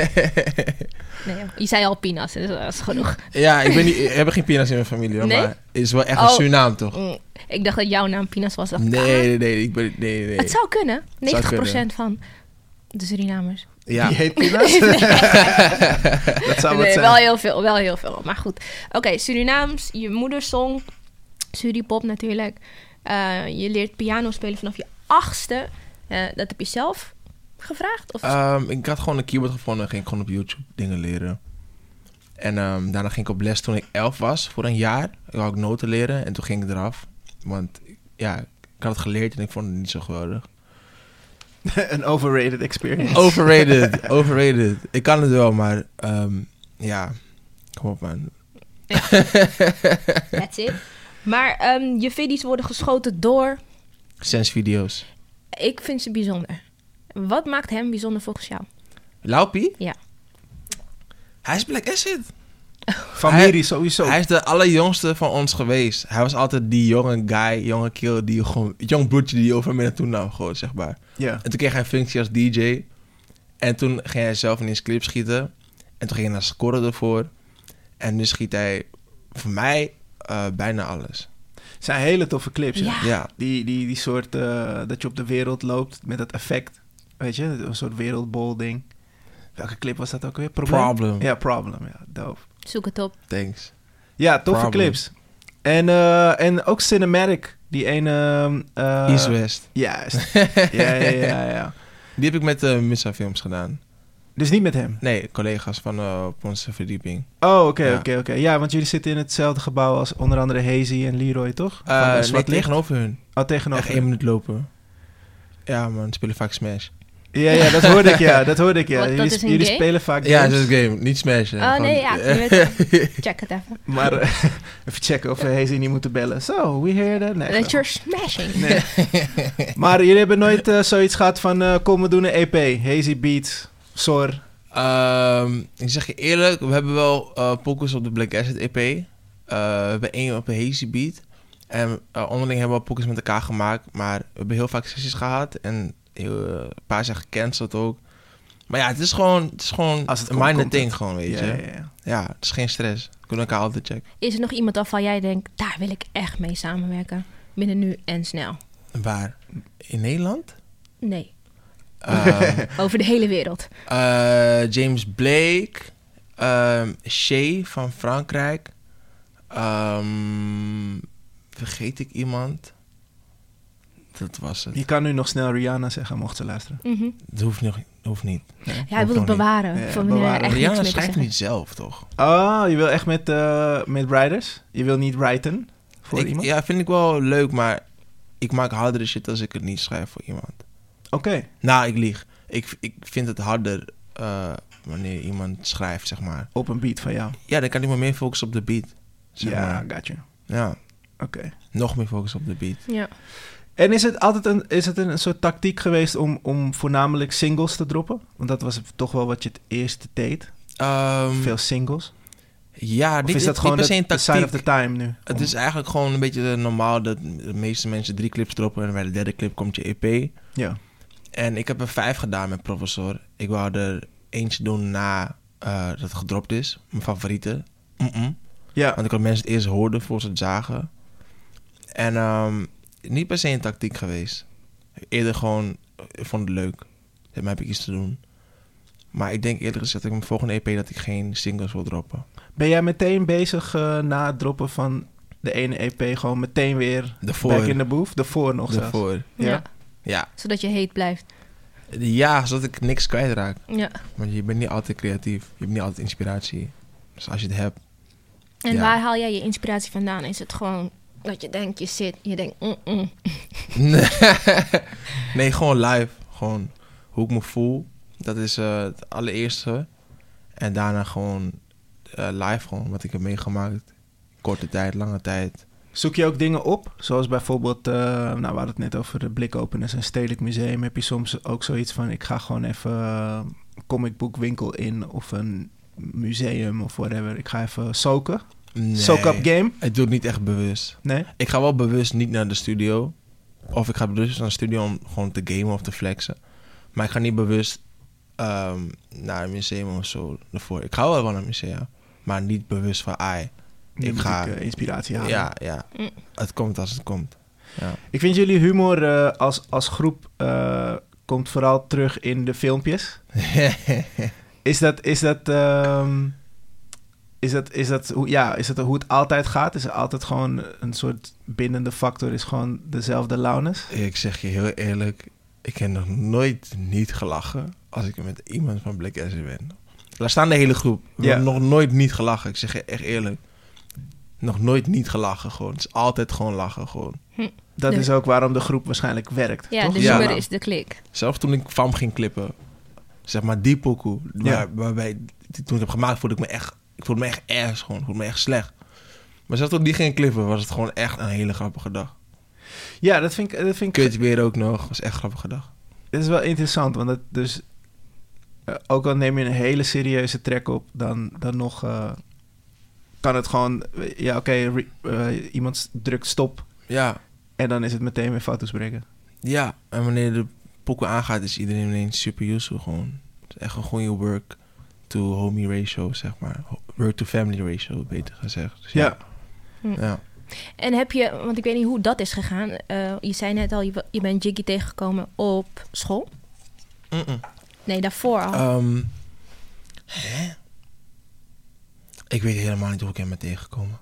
[SPEAKER 3] Nee, joh. je zei al pina's, dus dat is genoeg.
[SPEAKER 4] ja, ik ben niet, ik heb geen pina's in mijn familie, hoor,
[SPEAKER 3] Nee?
[SPEAKER 4] maar het is wel echt
[SPEAKER 3] Oh.
[SPEAKER 4] een Suriname, toch?
[SPEAKER 3] Mm, Ik dacht dat jouw naam pina's was. Dacht ik,
[SPEAKER 4] Nee,
[SPEAKER 3] ah,
[SPEAKER 4] nee, nee, ik ben, nee, nee, nee.
[SPEAKER 3] Het zou kunnen. 90%
[SPEAKER 4] Zou
[SPEAKER 3] van de Surinamers.
[SPEAKER 4] Ja,
[SPEAKER 2] Die heet Pina's? dat zou wat
[SPEAKER 3] Nee,
[SPEAKER 2] zijn.
[SPEAKER 3] wel heel veel, wel heel veel. Maar goed. Oké, Surinaams, je moedersong, Suripop natuurlijk. Eh, je leert piano spelen vanaf je achtste. Eh, dat heb je zelf gevraagd? Of
[SPEAKER 4] Ehm, ik had gewoon een keyboard gevonden en ging ik gewoon op YouTube dingen leren. En ehm, daarna ging ik op les toen ik elf was, voor een jaar. Ik wou ook noten leren en toen ging ik eraf. Want ja, ik had het geleerd en ik vond het niet zo geweldig.
[SPEAKER 2] Een overrated experience.
[SPEAKER 4] Oh, Overrated, overrated. Ik kan het wel, maar ehm, ja, kom op man.
[SPEAKER 3] that's it. Maar ehm, je video's worden geschoten door...
[SPEAKER 4] Sense video's.
[SPEAKER 3] Ik vind ze bijzonder. Wat maakt hem bijzonder volgens jou?
[SPEAKER 4] Laupie?
[SPEAKER 3] Ja.
[SPEAKER 4] Hij is Black Acid.
[SPEAKER 2] Familie sowieso.
[SPEAKER 4] Hij is de allerjongste van ons geweest. Hij was altijd die jonge guy, jonge kill, die gewoon, jong broertje die over mij naartoe nam, gewoon zeg maar.
[SPEAKER 2] ja.
[SPEAKER 4] En toen kreeg hij een functie als DJ. En toen ging hij zelf ineens clips schieten. En toen ging hij naar scoren ervoor. En nu schiet hij voor mij eh, bijna alles.
[SPEAKER 2] Het zijn hele toffe clips. Ja.
[SPEAKER 3] Ja.
[SPEAKER 4] Ja.
[SPEAKER 2] Die, die, die soort eh, dat je op de wereld loopt met dat effect. Weet je, een soort wereldbol ding. Welke clip was dat ook weer? Probleem?
[SPEAKER 4] Problem.
[SPEAKER 2] Ja, Problem. Ja, dope.
[SPEAKER 3] Zoek het op.
[SPEAKER 4] Thanks.
[SPEAKER 2] Ja, toffe
[SPEAKER 4] Problem.
[SPEAKER 2] clips. En, eh, en ook Cinematic. Die ene... eh,
[SPEAKER 4] East West.
[SPEAKER 2] Juist. ja, ja, ja, ja.
[SPEAKER 4] Die heb ik met de Missa Films gedaan.
[SPEAKER 2] Dus niet met hem.
[SPEAKER 4] Nee, collega's van eh, op onze verdieping.
[SPEAKER 2] Oh, oké,
[SPEAKER 4] Ja.
[SPEAKER 2] oké, oké. Ja, want jullie zitten in hetzelfde gebouw als onder andere Hazy en Leroy, toch? Van, eh,
[SPEAKER 4] Eh nee,
[SPEAKER 2] Zwart Licht.
[SPEAKER 4] tegenover hun.
[SPEAKER 2] Oh, tegenover.
[SPEAKER 4] Echt één minuut lopen. Ja man, spelen vaak Smash.
[SPEAKER 2] Ja, ja, dat hoorde ik, ja. Dat hoorde ik, ja.
[SPEAKER 3] Wat, Oh, dat
[SPEAKER 2] jullie
[SPEAKER 3] is een
[SPEAKER 2] jullie
[SPEAKER 3] game?
[SPEAKER 2] spelen vaak
[SPEAKER 4] Ja, dat
[SPEAKER 2] games,
[SPEAKER 4] is een game. Niet Smash. hè.
[SPEAKER 3] Oh,
[SPEAKER 4] Gewoon-
[SPEAKER 3] nee, ja, ik Check het even.
[SPEAKER 2] Maar eh, even checken of we Hazy niet moeten bellen. So, we hear that. Nee,
[SPEAKER 3] That you're smashing.
[SPEAKER 2] nee. Maar jullie hebben nooit eh, zoiets gehad van... eh, kom, we doen een EP. Hazy Beats, Sor.
[SPEAKER 4] Ehm, ik zeg je eerlijk, we hebben wel eh pokus op de Black Asset EP. Eh, we hebben één op een Hazy Beat. En eh, onderling hebben we pokus met elkaar gemaakt. Maar we hebben heel vaak sessies gehad. En heel, eh, een paar zijn gecanceld ook. Maar ja, het is gewoon, het is gewoon
[SPEAKER 2] Als het
[SPEAKER 4] een
[SPEAKER 2] komt,
[SPEAKER 4] minor
[SPEAKER 2] komt
[SPEAKER 4] thing gewoon, weet
[SPEAKER 2] Ja,
[SPEAKER 4] je.
[SPEAKER 2] ja,
[SPEAKER 4] Ja.
[SPEAKER 2] ja.
[SPEAKER 4] het is geen stress. We kunnen elkaar altijd checken.
[SPEAKER 3] Is er nog iemand waarvan jij denkt, daar wil ik echt mee samenwerken? Binnen nu en snel.
[SPEAKER 4] Waar? In Nederland?
[SPEAKER 3] Nee,
[SPEAKER 4] Ehm,
[SPEAKER 3] over de hele wereld.
[SPEAKER 4] Eh, James Blake. ehm Shay van Frankrijk. Ehm, vergeet ik iemand? Dat was het.
[SPEAKER 2] Je kan nu nog snel Rihanna zeggen, mocht ze luisteren.
[SPEAKER 3] Mhm.
[SPEAKER 4] Dat hoeft, nog, hoeft niet. Nee,
[SPEAKER 3] Ja,
[SPEAKER 4] hoeft
[SPEAKER 3] hij wil het
[SPEAKER 4] nog niet.
[SPEAKER 3] bewaren.
[SPEAKER 2] Ja,
[SPEAKER 3] voor wanneer
[SPEAKER 2] bewaren.
[SPEAKER 3] hij echt niks
[SPEAKER 4] Rihanna
[SPEAKER 3] meer te
[SPEAKER 4] schrijft
[SPEAKER 3] zeggen.
[SPEAKER 4] niet zelf, toch?
[SPEAKER 2] Oh, je wil echt met, eh, met writers? Je wil niet writen voor
[SPEAKER 4] Ik-
[SPEAKER 2] iemand?
[SPEAKER 4] Ja, vind ik wel leuk, maar ik maak hardere shit als ik het niet schrijf voor iemand.
[SPEAKER 2] Oké.
[SPEAKER 4] Nou, ik lieg. Ik, ik vind het harder eh, wanneer iemand schrijft, zeg maar.
[SPEAKER 2] Op een beat van jou.
[SPEAKER 4] Ja, dan kan ik me meer focussen op de beat. Zeg
[SPEAKER 2] Ja,
[SPEAKER 4] maar.
[SPEAKER 2] got you.
[SPEAKER 4] ja,
[SPEAKER 2] Oké.
[SPEAKER 4] nog meer focussen op de beat.
[SPEAKER 3] Ja.
[SPEAKER 2] En is het altijd een, is het een soort tactiek geweest om, om voornamelijk singles te droppen? Want dat was toch wel wat je het eerste deed.
[SPEAKER 4] Ehm,
[SPEAKER 2] Veel singles.
[SPEAKER 4] Ja,
[SPEAKER 2] Of
[SPEAKER 4] dit
[SPEAKER 2] is dat gewoon
[SPEAKER 4] niet per se
[SPEAKER 2] de, de sign of
[SPEAKER 4] een tactiek.
[SPEAKER 2] the time nu?
[SPEAKER 4] Het is eigenlijk gewoon een beetje eh, normaal dat de meeste mensen drie clips droppen en bij de derde clip komt je EP.
[SPEAKER 2] Ja.
[SPEAKER 4] En ik heb er vijf gedaan met Professor. Ik wou er eentje doen na eh, dat het gedropt is, mijn favoriete. Mm-mm.
[SPEAKER 2] Ja.
[SPEAKER 4] Want ik had mensen het eerst hoorden voor ze het zagen. En ehm, niet per se een tactiek geweest. Eerder gewoon, eh, ik vond het leuk. Dan heb ik iets te doen. Maar ik denk eerlijk gezegd dat ik mijn volgende EP dat ik geen singles wil droppen.
[SPEAKER 2] Ben jij meteen bezig eh, na het droppen van de ene EP gewoon meteen weer
[SPEAKER 4] Daarvoor.
[SPEAKER 2] back in the booth? De voor nog zelfs.
[SPEAKER 4] Daarvoor.
[SPEAKER 2] Ja.
[SPEAKER 3] Ja.
[SPEAKER 4] Ja.
[SPEAKER 3] Zodat je heet blijft.
[SPEAKER 4] ja, zodat ik niks kwijtraak.
[SPEAKER 3] Ja.
[SPEAKER 4] Want je bent niet altijd creatief. Je hebt niet altijd inspiratie. Dus als je het hebt.
[SPEAKER 3] En
[SPEAKER 4] Ja.
[SPEAKER 3] waar haal jij je inspiratie vandaan? Is het gewoon dat je denkt, je zit, je denkt, mm, mm.
[SPEAKER 4] nee, gewoon live. Gewoon hoe ik me voel. Dat is eh, het allereerste. En daarna gewoon eh, live gewoon wat ik heb meegemaakt. Korte tijd, lange tijd.
[SPEAKER 2] Zoek je ook dingen op? Zoals bijvoorbeeld, eh, nou we hadden het net over de blikopeners en stedelijk museum. Heb je soms ook zoiets van, ik ga gewoon even eh, een comicboekwinkel in of een museum of whatever. Ik ga even soken.
[SPEAKER 4] Nee.
[SPEAKER 2] Soak up game?
[SPEAKER 4] Ik doe het niet echt bewust.
[SPEAKER 2] Nee?
[SPEAKER 4] Ik ga wel bewust niet naar de studio. Of ik ga bewust naar de studio om gewoon te gamen of te flexen. Maar ik ga niet bewust ehm, naar een museum of zo ervoor. Ik ga wel wel naar musea. Maar niet bewust van ai.
[SPEAKER 2] Nu
[SPEAKER 4] Ik
[SPEAKER 2] moet
[SPEAKER 4] ga-
[SPEAKER 2] ik, eh, inspiratie
[SPEAKER 4] Ja,
[SPEAKER 2] halen.
[SPEAKER 4] ja.
[SPEAKER 3] Mm.
[SPEAKER 4] Het komt als het komt. Ja.
[SPEAKER 2] Ik vind jullie humor eh, als, als groep eh, komt vooral terug in de filmpjes. Is dat, is dat, ehm, is dat, is dat, hoe, ja, is dat hoe het altijd gaat? Is er altijd gewoon een soort bindende factor, is gewoon dezelfde launes?
[SPEAKER 4] ik zeg je heel eerlijk. Ik heb nog nooit niet gelachen als ik met iemand van Black Asset ben. Laat staan de hele groep. We
[SPEAKER 2] Ja.
[SPEAKER 4] hebben nog nooit niet gelachen. Ik zeg je echt eerlijk. Nog nooit niet gelachen gewoon. Het is altijd gewoon lachen gewoon.
[SPEAKER 2] Dat
[SPEAKER 3] Nee.
[SPEAKER 2] is ook waarom de groep waarschijnlijk werkt.
[SPEAKER 3] Ja, dus
[SPEAKER 2] toch? nou.
[SPEAKER 3] de
[SPEAKER 4] Ja.
[SPEAKER 3] zoemer is de klik.
[SPEAKER 4] Zelfs toen ik FAM ging clippen, zeg maar die pokoe, waar-
[SPEAKER 2] Ja.
[SPEAKER 4] waarbij die- toen ik heb gemaakt, voelde ik me echt, ik voelde me echt erg gewoon, ik voelde me echt slecht. Maar zelfs toen die ging clippen, was het gewoon echt een hele grappige dag.
[SPEAKER 2] Ja, dat vind ik, dat vind ik
[SPEAKER 4] Kut weer ook nog, was echt een grappige dag.
[SPEAKER 2] dat is wel interessant. Want dat dus, eh, ook al neem je een hele serieuze track op, dan, dan nog eh, kan het gewoon, eh, ja oké, re- eh, iemand s- drukt stop
[SPEAKER 4] Ja,
[SPEAKER 2] en dan is het meteen weer foto's breken.
[SPEAKER 4] ja. En wanneer de pokoe aangaat, is iedereen ineens super useful gewoon. Het is echt een goede work to homie ratio, zeg maar. Ho- Work to family ratio, beter gezegd. Dus
[SPEAKER 2] Ja.
[SPEAKER 4] ja.
[SPEAKER 3] Hm.
[SPEAKER 4] ja.
[SPEAKER 3] En heb je, want ik weet niet hoe dat is gegaan. Eh, je zei net al, je, wa- je bent Jiggy tegengekomen op school.
[SPEAKER 4] Mm-mm.
[SPEAKER 3] Oh. Nee, daarvoor al.
[SPEAKER 4] Ehm, Hè? Ik weet helemaal niet hoe ik hem ben tegengekomen.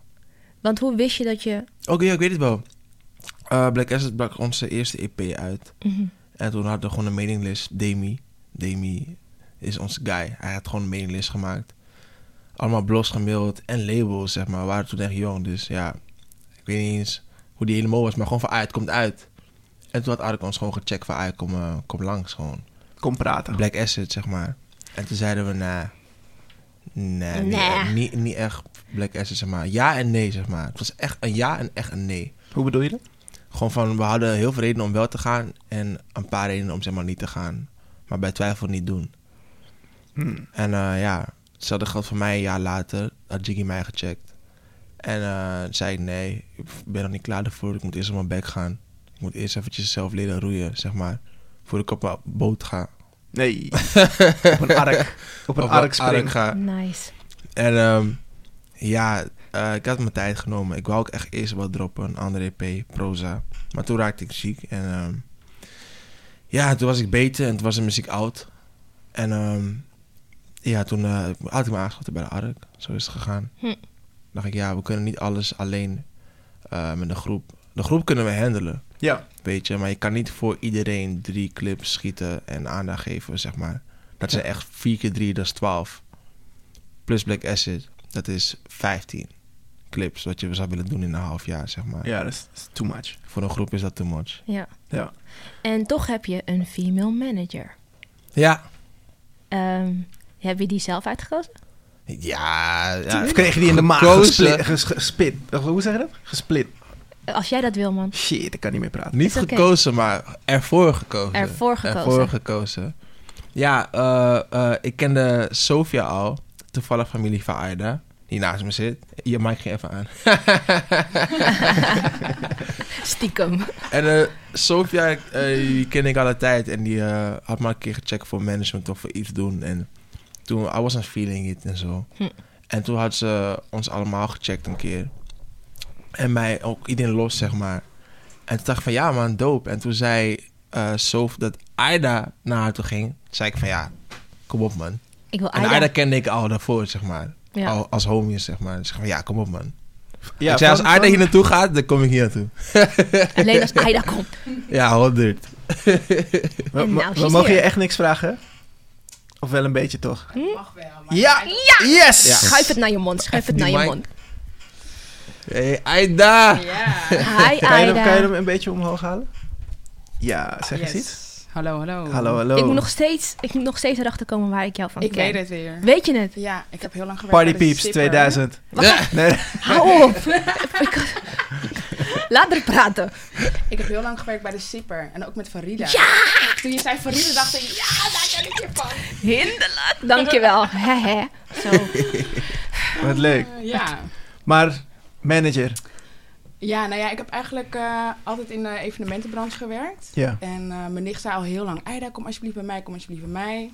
[SPEAKER 3] Want hoe wist je dat je...
[SPEAKER 4] Oké, ja, ik weet het wel. Eh, Black Asset brak onze eerste EP uit.
[SPEAKER 3] Mhm.
[SPEAKER 4] En toen hadden we gewoon een mailinglist. Demi. Demi is onze guy. Hij had gewoon een mailinglist gemaakt. Allemaal blogs gemaild en labels, zeg maar. We waren toen echt jong, dus ja. Ik weet niet eens hoe die helemaal was, maar gewoon van ah, het komt uit. En toen had Arik ons gewoon gecheckt van ah, kom, eh, kom langs gewoon.
[SPEAKER 2] Kom praten.
[SPEAKER 4] Black Asset, zeg maar. En toen zeiden we, nah, nee, niet
[SPEAKER 3] Nah.
[SPEAKER 4] echt- Niet, niet echt Black Asset, zeg maar. Ja en nee, zeg maar. Het was echt een ja en echt een nee.
[SPEAKER 2] Hoe bedoel je dat?
[SPEAKER 4] Gewoon van, we hadden heel veel redenen om wel te gaan en een paar redenen om zeg maar niet te gaan. Maar bij twijfel niet doen.
[SPEAKER 2] Hmm.
[SPEAKER 4] En eh, ja, hetzelfde geldt voor mij een jaar later. Had Jiggy mij gecheckt. En eh, zei ik, nee, ik ben nog niet klaar ervoor. Ik moet eerst op mijn bek gaan. Ik moet eerst eventjes zelf leren roeien, zeg maar. Voordat ik op mijn boot ga.
[SPEAKER 2] Nee. op een ark. Op een
[SPEAKER 4] Of
[SPEAKER 2] ark springen.
[SPEAKER 4] ark ga.
[SPEAKER 3] Nice.
[SPEAKER 4] En ehm, ja, eh, ik had mijn tijd genomen. Ik wou ook echt eerst wat droppen, een andere EP, proza. Maar toen raakte ik ziek en ehm, ja, toen was ik beter en toen was de muziek oud. En ehm, ja, toen eh, had ik me aangesloten bij de ARK. Zo is het gegaan.
[SPEAKER 3] Hm.
[SPEAKER 4] dacht ik, ja, we kunnen niet alles alleen eh, met de groep. De groep kunnen we handelen,
[SPEAKER 2] Ja.
[SPEAKER 4] weet je. Maar je kan niet voor iedereen drie clips schieten en aandacht geven, zeg maar. Dat zijn echt vier keer drie, dat is 12. Plus Black Acid, dat is 15 clips. Wat je zou willen doen in een half jaar, zeg maar.
[SPEAKER 2] Ja, dat is, dat is too much.
[SPEAKER 4] Voor een groep is dat too much.
[SPEAKER 3] Ja.
[SPEAKER 2] Ja.
[SPEAKER 3] En toch heb je een female manager.
[SPEAKER 4] Ja.
[SPEAKER 3] Ehm, heb je die zelf uitgekozen?
[SPEAKER 4] Ja. ja.
[SPEAKER 2] Of kreeg je die in de maag
[SPEAKER 4] Gekozen.
[SPEAKER 2] gesplit? ges- gespit. Of Hoe zeg je dat? Gesplit.
[SPEAKER 3] Als jij dat wil, man.
[SPEAKER 2] Shit, ik kan niet meer praten.
[SPEAKER 4] Niet
[SPEAKER 3] Is oké.
[SPEAKER 4] gekozen, maar ervoor gekozen.
[SPEAKER 3] Ervoor gekozen.
[SPEAKER 4] eh, Ervoor gekozen. Ja, eh, eh, ik kende Sofia al. Toevallig familie van Aida. Die naast me zit. Je maakt je even aan.
[SPEAKER 3] Stiekem.
[SPEAKER 4] En eh, Sofia, eh, die ken ik al een tijd. En die eh, had maar een keer gecheckt voor management of voor iets doen. En toen, I wasn't feeling it en zo.
[SPEAKER 3] Hm.
[SPEAKER 4] En toen had ze ons allemaal gecheckt een keer. En mij ook iedereen los, zeg maar. En toen dacht ik van, ja man, dope. En toen zei eh Sof dat Aida naar haar toe ging. zei ik van, ja, kom op man.
[SPEAKER 3] Ik wil
[SPEAKER 4] En
[SPEAKER 3] Aida.
[SPEAKER 4] Aida kende ik al daarvoor, zeg maar.
[SPEAKER 3] Ja.
[SPEAKER 4] Al, als homie, zeg maar. Dus ik van, ja, kom op man.
[SPEAKER 2] Ja,
[SPEAKER 4] ik zei, als
[SPEAKER 2] van-
[SPEAKER 4] Aida
[SPEAKER 2] van-
[SPEAKER 4] hier naartoe gaat, dan kom ik hier naartoe.
[SPEAKER 3] Alleen als Aida komt.
[SPEAKER 4] Ja, 100.
[SPEAKER 2] We,
[SPEAKER 3] En
[SPEAKER 2] we-
[SPEAKER 3] nou,
[SPEAKER 2] we
[SPEAKER 3] she's
[SPEAKER 2] mogen je
[SPEAKER 3] here.
[SPEAKER 2] echt niks vragen? hè? Of wel een beetje toch?
[SPEAKER 1] Mag wel, maar
[SPEAKER 2] Hm? Ja! Yes!
[SPEAKER 4] Ja.
[SPEAKER 3] Schuif het naar je mond. Schuif het
[SPEAKER 4] Die
[SPEAKER 3] naar je
[SPEAKER 4] mic.
[SPEAKER 3] mond.
[SPEAKER 4] Hey, Aida!
[SPEAKER 1] Ja.
[SPEAKER 3] Hi
[SPEAKER 2] Kan, je hem, kan je
[SPEAKER 3] Aida.
[SPEAKER 2] hem een beetje omhoog halen? Ja, zeg eens iets.
[SPEAKER 1] Yes. Hallo, hallo.
[SPEAKER 2] Hallo, hallo.
[SPEAKER 3] Ik moet, nog steeds, ik moet nog steeds erachter komen waar ik jou van
[SPEAKER 1] Ik
[SPEAKER 3] ken.
[SPEAKER 1] weet het weer.
[SPEAKER 3] Weet je het?
[SPEAKER 1] Ja, ik heb heel lang gewerkt
[SPEAKER 2] Party
[SPEAKER 1] bij de
[SPEAKER 2] Peeps
[SPEAKER 1] zipper.
[SPEAKER 2] 2000.
[SPEAKER 4] Ja.
[SPEAKER 2] Nee,
[SPEAKER 3] Hou op. Ik- Laat er praten.
[SPEAKER 1] Ik heb heel lang gewerkt bij de Sipper. En ook met Farida. Ja! Toen je zei Farida, dacht ik, ja, daar ken ik je van.
[SPEAKER 3] Hinderlijk. Dankjewel. Hehe. Zo.
[SPEAKER 2] wat leuk.
[SPEAKER 1] Eh, ja.
[SPEAKER 2] Maar, manager.
[SPEAKER 1] Ja, nou ja, ik heb eigenlijk eh, altijd in de evenementenbranche gewerkt.
[SPEAKER 2] Ja.
[SPEAKER 1] En eh, mijn nicht zei al heel lang, Aida, kom alsjeblieft bij mij, kom alsjeblieft bij mij.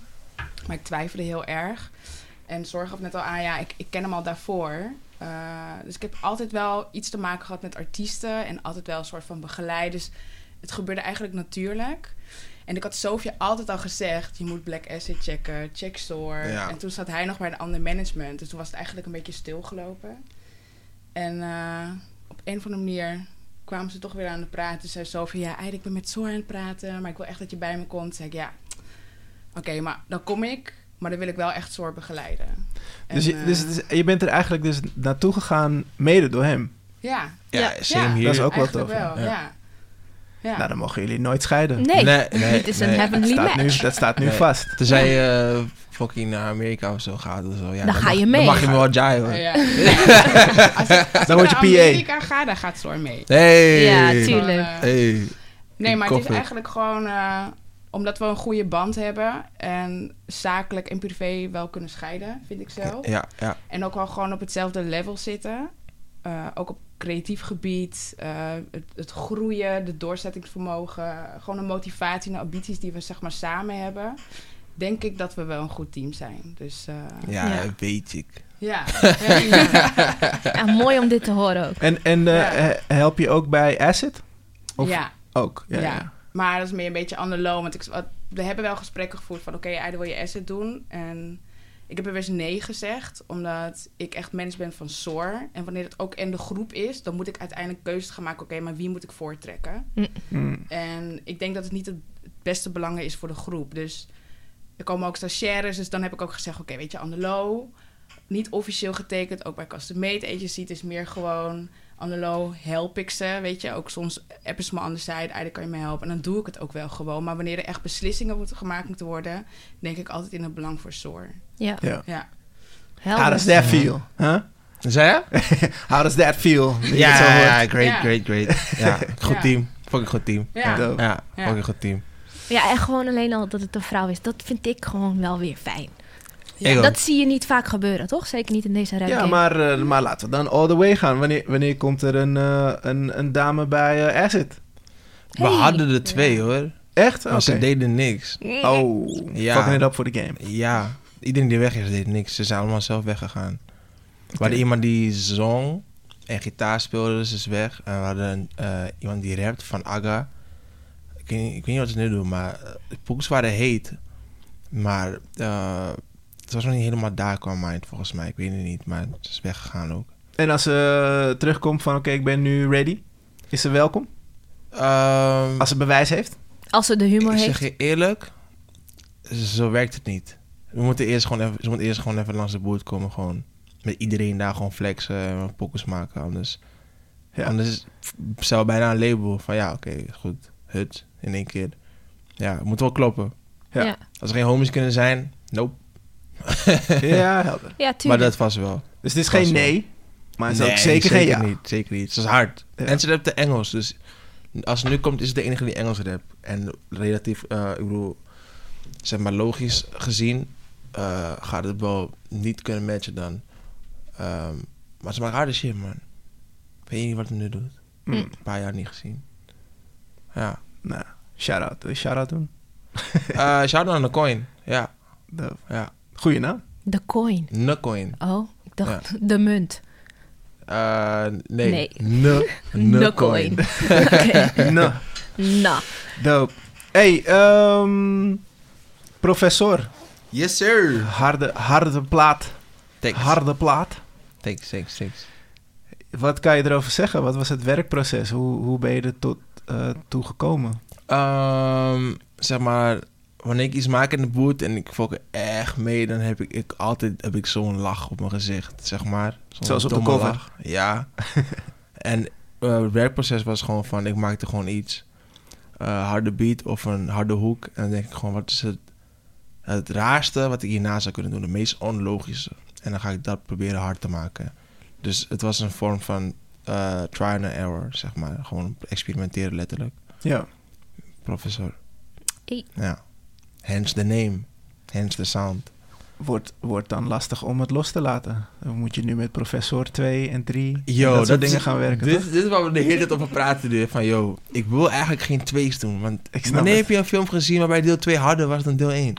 [SPEAKER 1] Maar ik twijfelde heel erg. En zorg gaf net al aan, ja, ik, ik ken hem al daarvoor. Eh, dus ik heb altijd wel iets te maken gehad met artiesten en altijd wel een soort van begeleid. Dus het gebeurde eigenlijk natuurlijk. En ik had Sofia altijd al gezegd, je moet Black Asset checken, check store.
[SPEAKER 4] Ja.
[SPEAKER 1] En toen zat hij nog bij een ander management. Dus toen was het eigenlijk een beetje stilgelopen. En eh, op een of andere manier kwamen ze toch weer aan de praten. Toen zei Sofia, ja, eigenlijk ik ben met Soor aan het praten, maar ik wil echt dat je bij me komt. Toen zei ik, ja, oké, maar dan kom ik, maar dan wil ik wel echt Soor begeleiden. En,
[SPEAKER 2] Dus, je, dus
[SPEAKER 1] eh,
[SPEAKER 2] het is- je bent er eigenlijk dus naartoe gegaan mede door hem.
[SPEAKER 1] ja,
[SPEAKER 4] Ja,
[SPEAKER 1] Ja.
[SPEAKER 4] same hier.
[SPEAKER 2] Dat is ook wel
[SPEAKER 1] eigenlijk
[SPEAKER 2] tof.
[SPEAKER 1] wel,
[SPEAKER 2] ja.
[SPEAKER 1] ja. ja.
[SPEAKER 2] Nou, dan mogen jullie nooit scheiden.
[SPEAKER 3] Nee.
[SPEAKER 4] Nee, nee,
[SPEAKER 3] Dit is een
[SPEAKER 4] nee.
[SPEAKER 2] dat,
[SPEAKER 3] heavenly
[SPEAKER 2] staat
[SPEAKER 3] match.
[SPEAKER 2] nu, dat staat nu
[SPEAKER 4] Nee.
[SPEAKER 2] vast.
[SPEAKER 4] Toen zij eh, fucking naar Amerika of zo gaat of zo. Ja,
[SPEAKER 3] Dan ga je
[SPEAKER 4] mag,
[SPEAKER 3] mee.
[SPEAKER 4] Dan mag je me wel jaaien hoor.
[SPEAKER 1] Oh, ja. als ik, als
[SPEAKER 2] Nou, eh. Dan
[SPEAKER 1] ik
[SPEAKER 2] word je
[SPEAKER 1] naar
[SPEAKER 2] PA.
[SPEAKER 1] Amerika ga, dan gaat Soor mee.
[SPEAKER 4] Hey!
[SPEAKER 3] Ja, tuurlijk.
[SPEAKER 1] Gewoon, eh,
[SPEAKER 4] Hey.
[SPEAKER 1] Nee,
[SPEAKER 4] Ik
[SPEAKER 1] maar het is
[SPEAKER 4] koffie.
[SPEAKER 1] eigenlijk gewoon eh, omdat we een goede band hebben en zakelijk en privé wel kunnen scheiden, vind ik zelf.
[SPEAKER 4] Ja, ja.
[SPEAKER 1] En ook wel gewoon op hetzelfde level zitten. Eh, ook op creatief gebied, eh, het, het groeien, de doorzettingsvermogen, gewoon de motivatie en de ambities die we zeg maar samen hebben. Denk ik dat we wel een goed team zijn. Dus eh,
[SPEAKER 4] Ja,
[SPEAKER 3] Ja.
[SPEAKER 4] weet ik.
[SPEAKER 1] ja. ja.
[SPEAKER 3] Ja, Ah, mooi om dit te horen ook.
[SPEAKER 2] En, en eh,
[SPEAKER 1] Ja.
[SPEAKER 2] he- help je ook bij Acid? Of-
[SPEAKER 1] ja.
[SPEAKER 2] Ook, ja.
[SPEAKER 1] Ja.
[SPEAKER 2] ja.
[SPEAKER 1] Maar dat is meer een beetje anderloom. Want ik, wat- we hebben wel gesprekken gevoerd van... oké, Aida wil je asset doen. En Ik heb er best nee gezegd, omdat ik echt mens ben van SOR. En wanneer het ook in de groep is, dan moet ik uiteindelijk keuzes gaan maken. Oké, maar wie moet ik voortrekken?
[SPEAKER 2] Mm.
[SPEAKER 1] En ik denk dat het niet het beste belang is voor de groep. Dus er komen ook stagiaires. Dus dan heb ik ook gezegd, oké, weet je, Andelo... Niet officieel getekend, ook bij Custom-Made Agency. Het is meer gewoon, Andelo, help ik ze, weet je. Ook soms appen ze me aan de side, eigenlijk kan je me helpen. En dan doe ik het ook wel gewoon. Maar wanneer er echt beslissingen moeten gemaakt moeten worden... denk ik altijd in het belang voor SOR.
[SPEAKER 3] Ja,
[SPEAKER 2] Ja.
[SPEAKER 1] Ja.
[SPEAKER 2] How does
[SPEAKER 3] dus.
[SPEAKER 2] that feel? Huh?
[SPEAKER 4] Zei je?
[SPEAKER 2] How does that feel? Dat je
[SPEAKER 4] Ja,
[SPEAKER 2] het zo hoort.
[SPEAKER 4] ja, ja, great,
[SPEAKER 1] Ja.
[SPEAKER 4] great, great. Ja, goed
[SPEAKER 1] Ja.
[SPEAKER 4] team. Fucking goed team.
[SPEAKER 1] Ja.
[SPEAKER 4] ja,
[SPEAKER 2] Dope.
[SPEAKER 1] Ja.
[SPEAKER 4] fucking goed team.
[SPEAKER 3] Ja, en gewoon alleen al dat het een vrouw is. Dat vind ik gewoon wel weer fijn.
[SPEAKER 4] Ja. Ik ook.
[SPEAKER 3] Dat zie je niet vaak gebeuren, toch? Zeker niet in deze ruimte.
[SPEAKER 2] Ja, maar, eh, maar laten we dan all the way gaan. Wanneer, wanneer komt er een, eh, een, een dame bij eh Acid?
[SPEAKER 4] We
[SPEAKER 3] Hey.
[SPEAKER 4] hadden er twee hoor,
[SPEAKER 2] Echt?
[SPEAKER 4] maar ze
[SPEAKER 2] Oké.
[SPEAKER 4] deden niks.
[SPEAKER 2] Oh,
[SPEAKER 4] Ja.
[SPEAKER 2] fucking it up voor de game.
[SPEAKER 4] Ja, iedereen die weg is, deed niks. Ze zijn allemaal zelf weggegaan. We
[SPEAKER 2] Oké.
[SPEAKER 4] hadden iemand die zong en gitaar speelde, dus is weg. En we hadden eh, iemand die rapt van Aga. Ik weet, niet- ik weet niet wat ze nu doen, maar eh, de poeks waren heet. Maar eh, het was nog niet helemaal daar qua mind volgens mij. Ik weet het niet, maar ze is weggegaan ook.
[SPEAKER 2] En als ze eh, terugkomt van oké, ik ben nu ready. Is ze welkom?
[SPEAKER 4] Ehm,
[SPEAKER 2] Als ze bewijs heeft?
[SPEAKER 3] Als ze de humor
[SPEAKER 4] ik
[SPEAKER 3] heeft.
[SPEAKER 4] zeg je eerlijk, zo werkt het niet. We moeten eerst gewoon even, ze moeten eerst gewoon even langs de boot komen. Gewoon met iedereen daar gewoon flexen en pokus maken. Anders,
[SPEAKER 2] Ja.
[SPEAKER 4] anders is het zelf bijna een label van ja, oké, goed. Hut in één keer. Ja, het moet wel kloppen.
[SPEAKER 2] Ja.
[SPEAKER 3] Ja.
[SPEAKER 4] Als er geen homies kunnen zijn, nope.
[SPEAKER 2] ja, helder.
[SPEAKER 3] Ja,
[SPEAKER 4] maar
[SPEAKER 3] tuurlijk.
[SPEAKER 4] dat was wel.
[SPEAKER 2] Dus het is geen
[SPEAKER 4] Vast wel.
[SPEAKER 2] nee, maar het is
[SPEAKER 4] Nee,
[SPEAKER 2] ook zeker, geen ja.
[SPEAKER 4] niet. Zeker niet. Ze is hard.
[SPEAKER 2] Ja.
[SPEAKER 4] En ze rapt de Engels. Dus als ze nu komt, is het de enige die Engels rapt. En relatief, eh, ik bedoel, zeg maar logisch gezien, eh, gaat het wel niet kunnen matchen dan. Ehm, maar ze maakt harde shit, man. Weet je niet wat het nu doet?
[SPEAKER 2] Mm.
[SPEAKER 4] Een paar jaar niet gezien. Ja.
[SPEAKER 2] Nou, shout-out. Wil je shout-out doen?
[SPEAKER 4] Eh shout out aan de coin. Ja,
[SPEAKER 2] Doof.
[SPEAKER 4] ja.
[SPEAKER 2] Goeie naam.
[SPEAKER 3] De coin.
[SPEAKER 4] Ne coin.
[SPEAKER 3] Oh, ik dacht de munt.
[SPEAKER 4] Eh, nee.
[SPEAKER 3] Nee.
[SPEAKER 4] Ne, ne
[SPEAKER 3] De
[SPEAKER 4] coin.
[SPEAKER 3] coin. Oké.
[SPEAKER 2] nou,
[SPEAKER 3] Nou,
[SPEAKER 2] dope. Hey, ehm, professor.
[SPEAKER 4] Yes, sir.
[SPEAKER 2] Harde, harde plaat.
[SPEAKER 4] Thanks.
[SPEAKER 2] Harde plaat.
[SPEAKER 4] Thanks, thanks, thanks.
[SPEAKER 2] Wat kan je erover zeggen? Wat was het werkproces? Hoe, hoe ben je er tot eh toe gekomen?
[SPEAKER 4] Ehm, zeg maar, wanneer ik iets maak in de boot en ik fok er echt mee, dan heb ik, ik altijd heb ik zo'n lach op mijn gezicht, zeg maar. Zo'n
[SPEAKER 2] Zoals op de
[SPEAKER 4] domme
[SPEAKER 2] cover.
[SPEAKER 4] lach. Ja. en eh, het werkproces was gewoon van, ik maakte gewoon iets. eh, harde beat of een harde hoek. En dan denk ik gewoon, wat is het, het raarste wat ik hierna zou kunnen doen? De meest onlogische. En dan ga ik dat proberen hard te maken. Dus het was een vorm van eh try and error, zeg maar. Gewoon experimenteren letterlijk
[SPEAKER 2] Ja.
[SPEAKER 4] professor.
[SPEAKER 3] Hey.
[SPEAKER 4] Ja. Hence the name. Hence the sound.
[SPEAKER 2] Wordt, wordt dan lastig om het los te laten. Dan moet je nu met professor 2 en 3 en
[SPEAKER 4] Yo,
[SPEAKER 2] dat soort
[SPEAKER 4] dat
[SPEAKER 2] dingen
[SPEAKER 4] is-
[SPEAKER 2] gaan werken,
[SPEAKER 4] Dit,
[SPEAKER 2] toch?
[SPEAKER 4] dit is waar we de hele tijd over praten. nu. Van, yo, ik wil eigenlijk geen twees doen. Want
[SPEAKER 2] Ik snap
[SPEAKER 4] wanneer
[SPEAKER 2] het.
[SPEAKER 4] heb je een film gezien waarbij deel 2 harder was dan deel 1?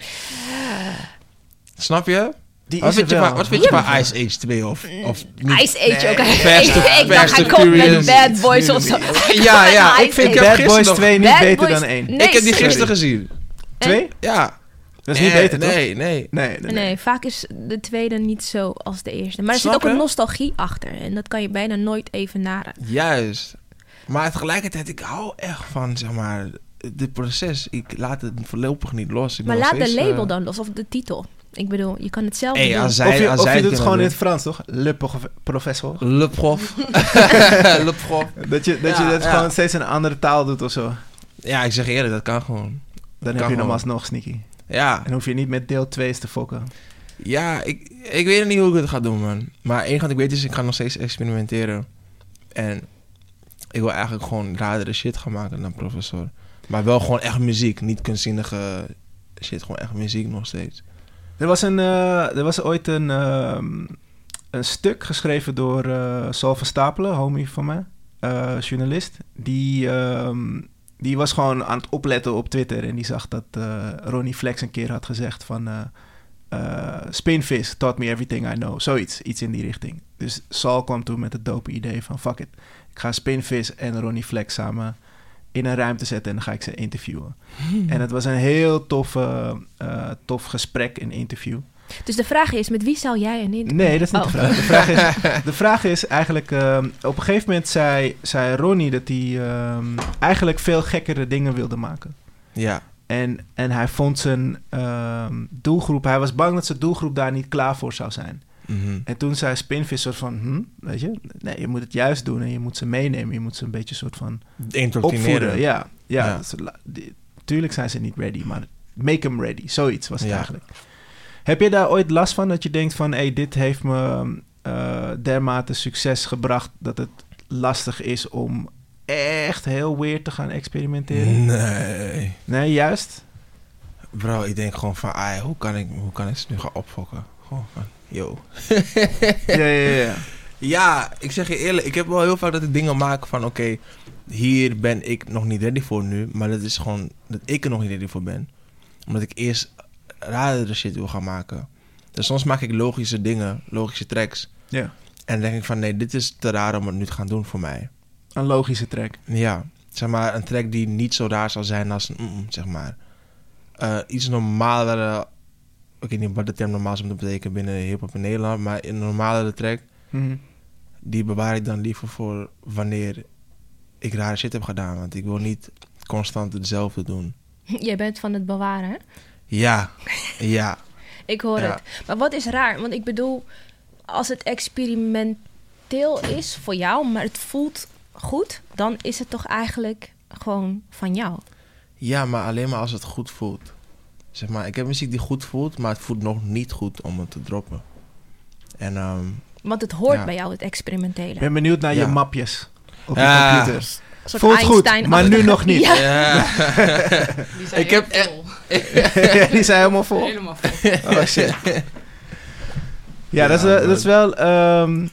[SPEAKER 4] Snap je?
[SPEAKER 2] Die
[SPEAKER 4] Wat
[SPEAKER 2] is
[SPEAKER 4] vind
[SPEAKER 2] er
[SPEAKER 4] je,
[SPEAKER 2] wel.
[SPEAKER 4] van, wat vind je van Ice Age 2 of, of niet?
[SPEAKER 3] Mm. Ice Age
[SPEAKER 2] Nee,
[SPEAKER 3] ook.
[SPEAKER 4] Fast
[SPEAKER 3] Ik-
[SPEAKER 4] and-
[SPEAKER 3] ik dacht,
[SPEAKER 4] Fast
[SPEAKER 3] hij
[SPEAKER 4] and
[SPEAKER 3] komt met
[SPEAKER 4] Furious.
[SPEAKER 3] Bad Boys of zo.
[SPEAKER 4] Ja, ja,
[SPEAKER 3] Ice
[SPEAKER 4] ik vind
[SPEAKER 3] Age.
[SPEAKER 4] heb
[SPEAKER 2] Bad
[SPEAKER 4] gisteren
[SPEAKER 2] Boys
[SPEAKER 4] nog-
[SPEAKER 2] 2 niet
[SPEAKER 3] Bad
[SPEAKER 2] beter
[SPEAKER 3] Boys-
[SPEAKER 2] dan 1.
[SPEAKER 3] Nee,
[SPEAKER 4] ik heb die
[SPEAKER 3] sorry.
[SPEAKER 4] gisteren gezien.
[SPEAKER 2] 2?
[SPEAKER 4] Ja.
[SPEAKER 2] Dat is niet
[SPEAKER 4] Nee,
[SPEAKER 2] beter, toch?
[SPEAKER 4] Nee, nee.
[SPEAKER 2] Nee, nee, nee.
[SPEAKER 3] Nee, vaak is de tweede niet zo als de eerste. Maar er
[SPEAKER 4] Snap
[SPEAKER 3] zit ook
[SPEAKER 4] je?
[SPEAKER 3] een nostalgie achter. En dat kan je bijna nooit evenaren.
[SPEAKER 4] Juist. Maar tegelijkertijd, ik hou echt van, zeg maar, dit proces. Ik laat het voorlopig niet los. Ik ben
[SPEAKER 3] Maar
[SPEAKER 4] nog
[SPEAKER 3] laat de
[SPEAKER 4] steeds, eh,
[SPEAKER 3] label dan los, of de titel. Ik bedoel, je kan hetzelfde
[SPEAKER 4] Hey,
[SPEAKER 3] doen.
[SPEAKER 4] als zij,
[SPEAKER 2] Of je,
[SPEAKER 4] als
[SPEAKER 2] of
[SPEAKER 4] zij
[SPEAKER 2] je doet het gewoon in
[SPEAKER 4] kunnen
[SPEAKER 2] het Frans, toch? Le prof- professor.
[SPEAKER 4] doen. Le prof. Le prof.
[SPEAKER 2] Dat je dat,
[SPEAKER 4] Ja,
[SPEAKER 2] je dat
[SPEAKER 4] ja.
[SPEAKER 2] gewoon steeds in een andere taal doet of zo.
[SPEAKER 4] Ja, ik zeg eerlijk, dat kan gewoon.
[SPEAKER 2] Dan heb
[SPEAKER 4] Kan
[SPEAKER 2] je hem
[SPEAKER 4] wel.
[SPEAKER 2] alsnog sneaky.
[SPEAKER 4] Ja,
[SPEAKER 2] En hoef je niet met deel 2's te fokken.
[SPEAKER 4] ja ik, ik weet niet hoe ik het ga doen, man. Maar één ding wat ik weet is, ik ga nog steeds experimenteren. En ik wil eigenlijk gewoon radere shit gaan maken dan professor. Maar wel gewoon echt muziek, niet kunstzinnige shit. Gewoon echt muziek nog steeds.
[SPEAKER 2] Er was, een, eh, er was ooit een, ehm, een stuk geschreven door eh Sal van Stapelen, homie van mij, eh, journalist. Die, ehm, die was gewoon aan het opletten op Twitter en die zag dat eh, Ronnie Flex een keer had gezegd van... eh eh, Spinvis taught me everything I know. Zoiets, iets in die richting. Dus Sal kwam toen met het dope idee van fuck it. Ik ga Spinvis en Ronnie Flex samen in een ruimte zetten en dan ga ik ze interviewen. En het was een heel tof, eh, eh, tof gesprek en interview.
[SPEAKER 3] Dus de vraag is, met wie zou jij een interview...
[SPEAKER 2] Nee, dat is niet
[SPEAKER 3] Oh.
[SPEAKER 2] de vraag. De vraag is, de vraag is eigenlijk... ehm, op een gegeven moment zei, zei Ronnie dat hij ehm, eigenlijk veel gekkere dingen wilde maken.
[SPEAKER 4] Ja.
[SPEAKER 2] En, en hij vond zijn ehm, doelgroep... Hij was bang dat zijn doelgroep daar niet klaar voor zou zijn.
[SPEAKER 4] Mhm.
[SPEAKER 2] En toen zei Spinvis soort van... Hm, weet je, nee, je moet het juist doen en je moet ze meenemen. Je moet ze een beetje soort van
[SPEAKER 4] Indoctrineren.
[SPEAKER 2] opvoeden. Ja, ja.
[SPEAKER 4] Ja.
[SPEAKER 2] dus la- die- tuurlijk zijn ze niet ready, maar make them ready. Zoiets was het
[SPEAKER 4] Ja.
[SPEAKER 2] eigenlijk. Heb je daar ooit last van dat je denkt van... hey, dit heeft me eh, dermate succes gebracht... dat het lastig is om echt heel weird te gaan experimenteren?
[SPEAKER 4] Mm. Nee.
[SPEAKER 2] Nee, juist?
[SPEAKER 4] Bro, ik denk gewoon van, ai, hoe kan ik, hoe kan ik ze nu gaan opfokken? Gewoon van, yo.
[SPEAKER 2] ja, ja, ja.
[SPEAKER 4] Ja, ik zeg je eerlijk, ik heb wel heel vaak dat ik dingen maak van oké, hier ben ik nog niet ready voor nu. Maar dat is gewoon dat ik er nog niet ready voor ben. Omdat ik eerst radere shit wil gaan maken. Dus soms maak ik logische dingen, logische tracks.
[SPEAKER 2] Ja.
[SPEAKER 4] En dan denk ik van nee, dit is te raar om het nu te gaan doen voor mij.
[SPEAKER 2] Een logische track.
[SPEAKER 4] Ja, zeg maar een track die niet zo raar zal zijn als een mm, zeg maar. Eh, iets normalere, ik weet niet wat de term normaal zou moeten betekenen binnen hip-hop in Nederland, maar een normalere track
[SPEAKER 2] Mhm.
[SPEAKER 4] die bewaar ik dan liever voor wanneer ik rare shit heb gedaan. Want ik wil niet constant hetzelfde doen.
[SPEAKER 3] Jij bent van het bewaren, hè?
[SPEAKER 4] Ja, ja.
[SPEAKER 3] Ik hoor
[SPEAKER 4] Ja.
[SPEAKER 3] het. Maar wat is raar? Want ik bedoel, als het experimenteel is voor jou, maar het voelt goed, dan is het toch eigenlijk gewoon van jou.
[SPEAKER 4] Ja, maar alleen maar als het goed voelt. Zeg maar, ik heb muziek die goed voelt, maar het voelt nog niet goed om het te droppen. En ehm,
[SPEAKER 3] Want het hoort
[SPEAKER 4] Ja.
[SPEAKER 3] bij jou, het experimentele.
[SPEAKER 2] Ik ben benieuwd naar je
[SPEAKER 4] Ja.
[SPEAKER 2] mapjes op je
[SPEAKER 4] Ja.
[SPEAKER 2] computer.
[SPEAKER 3] Een soort
[SPEAKER 2] Voelt goed,
[SPEAKER 3] Einstein-achtige-
[SPEAKER 2] maar nu nog niet.
[SPEAKER 3] Ja.
[SPEAKER 1] Die zijn
[SPEAKER 4] Ik heb
[SPEAKER 1] helemaal vol.
[SPEAKER 2] Die zijn helemaal vol.
[SPEAKER 1] Helemaal vol.
[SPEAKER 2] Oh shit. Ja,
[SPEAKER 4] Ja,
[SPEAKER 2] dat, is, wel-
[SPEAKER 4] maar-
[SPEAKER 2] dat is wel. ehm,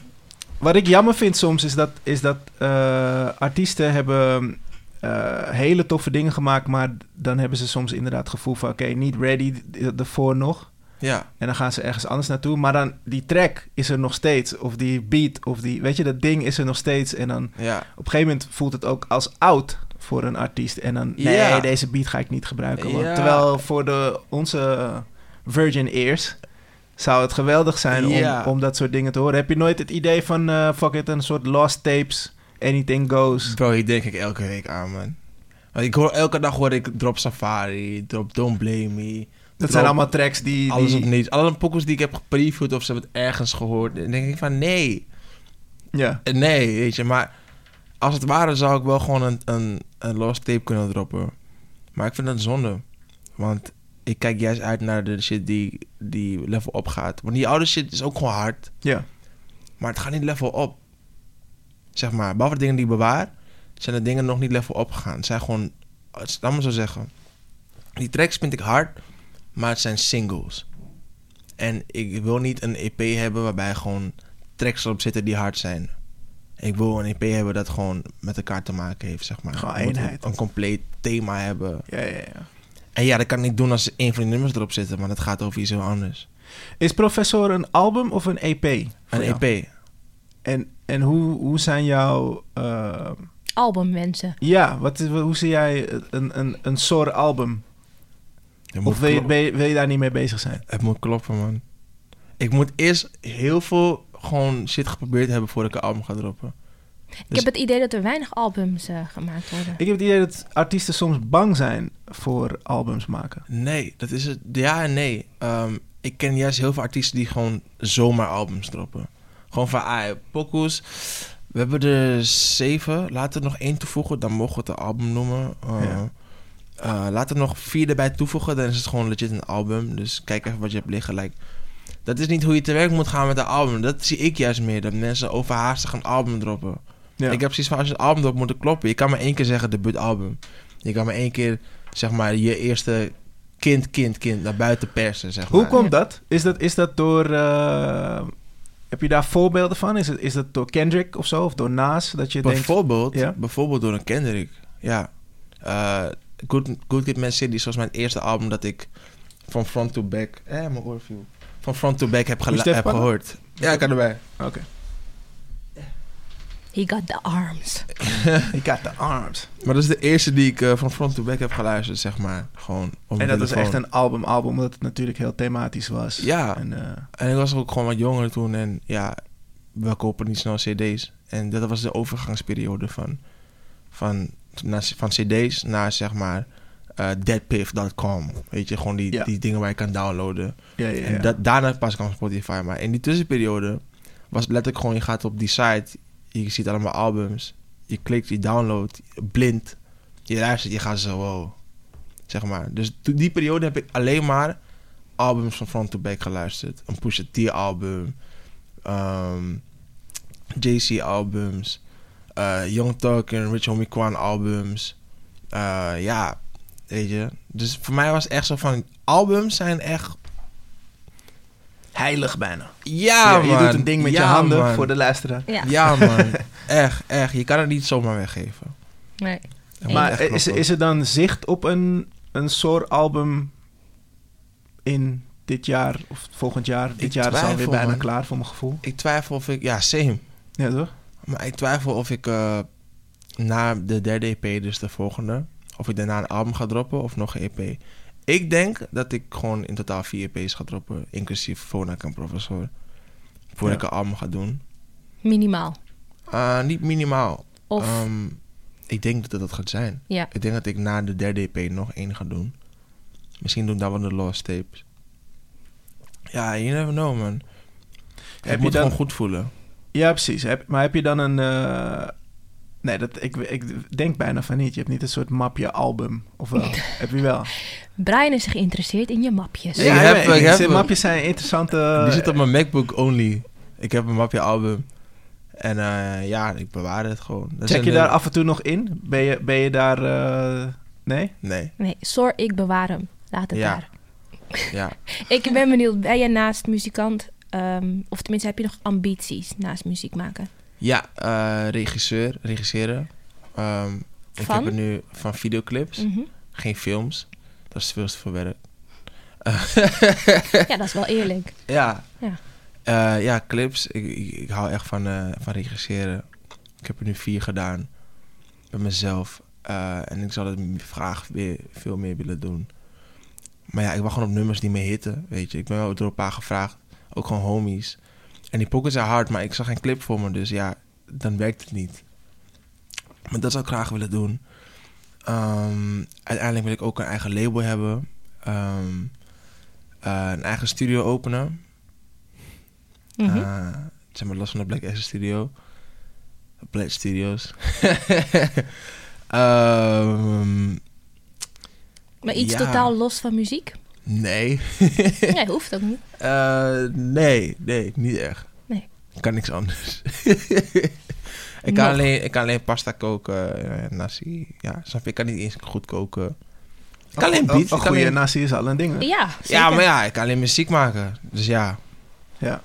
[SPEAKER 2] wat ik jammer vind soms is dat, is dat eh, artiesten hebben eh, hele toffe dingen gemaakt, maar dan hebben ze soms inderdaad het gevoel van: oké, niet ready d- ervoor nog.
[SPEAKER 4] ja,
[SPEAKER 2] En dan gaan ze ergens anders naartoe. Maar dan die track is er nog steeds. Of die beat, of die. Weet je, dat ding is er nog steeds. En dan
[SPEAKER 4] ja.
[SPEAKER 2] op een gegeven moment voelt het ook als oud voor een artiest. En dan, nee,
[SPEAKER 4] Ja.
[SPEAKER 2] deze beat ga ik niet gebruiken. Want
[SPEAKER 4] Ja.
[SPEAKER 2] Terwijl voor de, onze Virgin Ears zou het geweldig zijn
[SPEAKER 4] Ja.
[SPEAKER 2] om, om dat soort dingen te horen. Heb je nooit het idee van, eh, fuck it, een soort lost tapes, anything goes?
[SPEAKER 4] Bro, hier denk ik elke week aan, man. Want ik hoor, elke dag hoor ik Drop Safari, Drop Don't Blame Me.
[SPEAKER 2] Dat zijn
[SPEAKER 4] Drop-
[SPEAKER 2] allemaal tracks die...
[SPEAKER 4] Alles
[SPEAKER 2] die
[SPEAKER 4] op niets. Alle pokkels die ik heb gepreviewd of ze hebben het ergens gehoord. Dan denk ik van nee.
[SPEAKER 2] ja.
[SPEAKER 4] Eh, Nee, weet je. Maar als het ware zou ik wel gewoon een, een, een lost tape kunnen droppen. Maar ik vind dat zonde. Want ik kijk juist uit naar de shit die, die level op gaat. Want die oude shit is ook gewoon hard.
[SPEAKER 2] ja.
[SPEAKER 4] Maar het gaat niet level op. Zeg maar, behalve de dingen die ik bewaar, zijn de dingen nog niet level opgegaan. Het zijn gewoon, het is- laat me zo zeggen. Die tracks vind ik hard, maar het zijn singles. En ik wil niet een EP hebben waarbij gewoon tracks erop zitten die hard zijn. Ik wil een EP hebben dat gewoon met elkaar te maken heeft, zeg maar.
[SPEAKER 2] Gewoon
[SPEAKER 4] Het moet
[SPEAKER 2] eenheid.
[SPEAKER 4] Een compleet thema hebben.
[SPEAKER 2] Ja, ja, ja.
[SPEAKER 4] En ja, dat kan ik niet doen als één van die nummers erop zitten, want het gaat over iets heel anders.
[SPEAKER 2] Is Professor een album of een EP? voor
[SPEAKER 4] Een E
[SPEAKER 2] jou?
[SPEAKER 4] EP.
[SPEAKER 2] En, en hoe, hoe zijn jouw... eh,
[SPEAKER 3] Albumwensen.
[SPEAKER 2] ja, wat, is- hoe zie jij een, een, een soort album?
[SPEAKER 4] Dat moet
[SPEAKER 2] Of wil je,
[SPEAKER 4] klo-
[SPEAKER 2] ben je- wil je daar niet mee bezig zijn?
[SPEAKER 4] Het moet kloppen, man. Ik moet eerst heel veel gewoon shit geprobeerd hebben voordat ik een album ga droppen.
[SPEAKER 3] Ik heb het idee dat er weinig albums eh, gemaakt worden.
[SPEAKER 2] Ik heb het idee dat artiesten soms bang zijn voor albums maken.
[SPEAKER 4] Nee, dat is het. Ja en nee. Ehm, ik ken juist heel veel artiesten die gewoon zomaar albums droppen. Gewoon van, ah, pokoes. We hebben er zeven. Laten we er nog één toevoegen, dan mogen we het een album noemen. Eh
[SPEAKER 2] Ja.
[SPEAKER 4] eh, laten we nog vier erbij toevoegen, dan is het gewoon legit een album. Dus kijk even wat je hebt liggen. Like, dat is niet hoe je te werk moet gaan met een album. Dat zie ik juist meer, dat mensen overhaastig een album droppen.
[SPEAKER 2] Ja.
[SPEAKER 4] Ik heb precies van, als je het album erop moet kloppen. Je kan maar één keer zeggen debuutalbum. Je kan maar één keer, zeg maar, je eerste kind, kind, kind naar buiten persen, zeg
[SPEAKER 2] Hoe
[SPEAKER 4] maar.
[SPEAKER 2] komt dat? Is dat, is dat door... eh, heb je daar voorbeelden van? Is, het, is dat door Kendrick of zo? Of door Nas? Dat je denkt...
[SPEAKER 4] bijvoorbeeld,
[SPEAKER 2] Ja.
[SPEAKER 4] bijvoorbeeld door een Kendrick. Ja. Eh, Good, Good Kid, Man City is volgens mij het eerste album dat ik van front to back... Eh, mijn oor viel. Van front to back heb, gelu-
[SPEAKER 2] Moet je het even
[SPEAKER 4] heb
[SPEAKER 2] pakken?
[SPEAKER 4] gehoord. Ja, ik kan erbij.
[SPEAKER 2] Oké.
[SPEAKER 3] He got the arms.
[SPEAKER 2] Ik had de arms.
[SPEAKER 4] Maar dat is de eerste die ik eh, van front to back heb geluisterd, zeg maar. Gewoon op
[SPEAKER 2] En
[SPEAKER 4] mijn
[SPEAKER 2] dat was echt
[SPEAKER 4] telefoon.
[SPEAKER 2] een album, album, omdat het natuurlijk heel thematisch was.
[SPEAKER 4] Ja.
[SPEAKER 2] En, eh,
[SPEAKER 4] En ik was ook gewoon wat jonger toen. En ja, we kopen niet snel cd's. En dat was de overgangsperiode van, van, na- van cd's naar zeg maar eh deadpiff.com. Weet je, gewoon die,
[SPEAKER 2] Ja.
[SPEAKER 4] die dingen waar je kan downloaden.
[SPEAKER 2] ja, ja, ja.
[SPEAKER 4] En dat, daarna pas kwam Spotify. Maar in die tussenperiode was het letterlijk gewoon... je gaat op die site, je ziet allemaal albums... je klikt, je downloadt, blind. Je luistert, je gaat zo, wow. Zeg maar. Dus to- die periode heb ik alleen maar albums van front to back geluisterd. Een Pusha T album, ehm, JC albums... eh, Young Talk en Rich Homie Quan albums. Eh, ja, weet je. Dus voor mij was het echt zo van... albums zijn echt
[SPEAKER 2] Heilig bijna.
[SPEAKER 4] ja,
[SPEAKER 2] Ja,
[SPEAKER 4] man.
[SPEAKER 2] je doet een ding met je
[SPEAKER 4] Ja,
[SPEAKER 2] handen
[SPEAKER 4] man.
[SPEAKER 2] voor de luisteraar.
[SPEAKER 3] Ja.
[SPEAKER 4] Ja, man. echt, echt. Je kan het niet zomaar weggeven.
[SPEAKER 3] Nee.
[SPEAKER 4] Je moet
[SPEAKER 2] Maar
[SPEAKER 4] echt
[SPEAKER 2] is,
[SPEAKER 4] knokken.
[SPEAKER 2] is er dan zicht op een, een soort album in dit jaar of volgend jaar? Dit
[SPEAKER 4] Ik
[SPEAKER 2] jaar is alweer
[SPEAKER 4] twijfel,
[SPEAKER 2] bijna
[SPEAKER 4] man.
[SPEAKER 2] klaar voor mijn gevoel.
[SPEAKER 4] Ik twijfel of ik... Ja, same.
[SPEAKER 2] Ja, toch?
[SPEAKER 4] Maar ik twijfel of ik eh, na de derde EP, dus de volgende... of ik daarna een album ga droppen of nog een EP. Ik denk dat ik gewoon in totaal vier EP's ga droppen. Inclusief Fonak en Professor. Voordat
[SPEAKER 2] Ja.
[SPEAKER 4] ik een album ga doen.
[SPEAKER 3] Minimaal.
[SPEAKER 4] Eh, niet minimaal.
[SPEAKER 3] Of
[SPEAKER 4] Ehm, ik denk dat dat het gaat zijn.
[SPEAKER 3] Ja.
[SPEAKER 4] Ik denk dat ik na de derde EP nog één ga doen. Misschien doen dan wel de Lost Tapes. Ja, you never know, man. Ik
[SPEAKER 2] je
[SPEAKER 4] moet het
[SPEAKER 2] dan-
[SPEAKER 4] gewoon goed voelen.
[SPEAKER 2] Ja, precies. Heb, maar heb je dan een... eh, Nee, dat, ik, ik denk bijna van niet. Je hebt niet een soort mapje album, of wel? heb je wel?
[SPEAKER 3] Brian is geïnteresseerd in je mapjes.
[SPEAKER 4] Ja. heb-
[SPEAKER 2] weet-
[SPEAKER 4] ik heb-
[SPEAKER 2] zijn- mapjes zijn interessante...
[SPEAKER 4] Die zit op
[SPEAKER 2] eh,
[SPEAKER 4] mijn MacBook only. Ik heb een mapje album. En eh, ja, ik bewaar het gewoon. Dat
[SPEAKER 2] Check
[SPEAKER 4] is
[SPEAKER 2] je
[SPEAKER 4] een- eh,
[SPEAKER 2] daar af en toe nog in? Ben je, ben je daar... eh, Nee?
[SPEAKER 4] Nee,
[SPEAKER 3] Nee, Sor, ik bewaar hem. Laat het
[SPEAKER 4] Ja.
[SPEAKER 3] daar.
[SPEAKER 4] ja.
[SPEAKER 3] Ik ben benieuwd, ben je naast muzikant, ehm, of tenminste heb je nog ambities naast muziek maken?
[SPEAKER 4] Ja, eh, regisseur, regisseren. Ehm, ik
[SPEAKER 3] Van?
[SPEAKER 4] heb er nu van videoclips,
[SPEAKER 3] Mhm.
[SPEAKER 4] geen films. Dat is veel te veel werk.
[SPEAKER 3] Ja, dat is wel eerlijk.
[SPEAKER 4] Ja.
[SPEAKER 3] Ja.
[SPEAKER 4] Eh, ja, clips. Ik, ik, ik hou echt van, eh, van regisseren. Ik heb er nu vier gedaan. Bij mezelf. Eh, en ik zou dat m- graag weer veel meer willen doen. Maar ja, ik wacht gewoon op nummers die me hitten. Weet je, ik ben wel door een paar gevraagd. Ook gewoon homies. En die pokken zijn hard, maar ik zag geen clip voor me. Dus ja, dan werkt het niet. Maar dat zou ik graag willen doen. Ehm, uiteindelijk wil ik ook een eigen label hebben. Ehm, eh, een eigen studio openen.
[SPEAKER 3] Mhm.
[SPEAKER 4] Eh, zeg maar los van de Black Asset Studio. Black Studios. Ehm,
[SPEAKER 3] maar iets
[SPEAKER 4] ja.
[SPEAKER 3] totaal los van muziek?
[SPEAKER 4] nee.
[SPEAKER 3] Nee, hoeft ook niet.
[SPEAKER 4] Eh, nee, nee, niet echt.
[SPEAKER 3] Nee.
[SPEAKER 4] Ik kan niks anders. ik, kan
[SPEAKER 3] Nog.
[SPEAKER 4] alleen, ik kan alleen pasta koken, eh, nasi. Ja, snap je? Ik kan niet eens goed koken. Ik
[SPEAKER 3] Oh,
[SPEAKER 4] kan alleen
[SPEAKER 2] Een-
[SPEAKER 4] beats.
[SPEAKER 2] Een
[SPEAKER 4] ik kan
[SPEAKER 2] goede
[SPEAKER 4] alleen-
[SPEAKER 2] nazi is al een ding. hè?
[SPEAKER 3] Ja, zeker.
[SPEAKER 4] ja, maar ja, ik kan alleen muziek maken. Dus ja. Ja.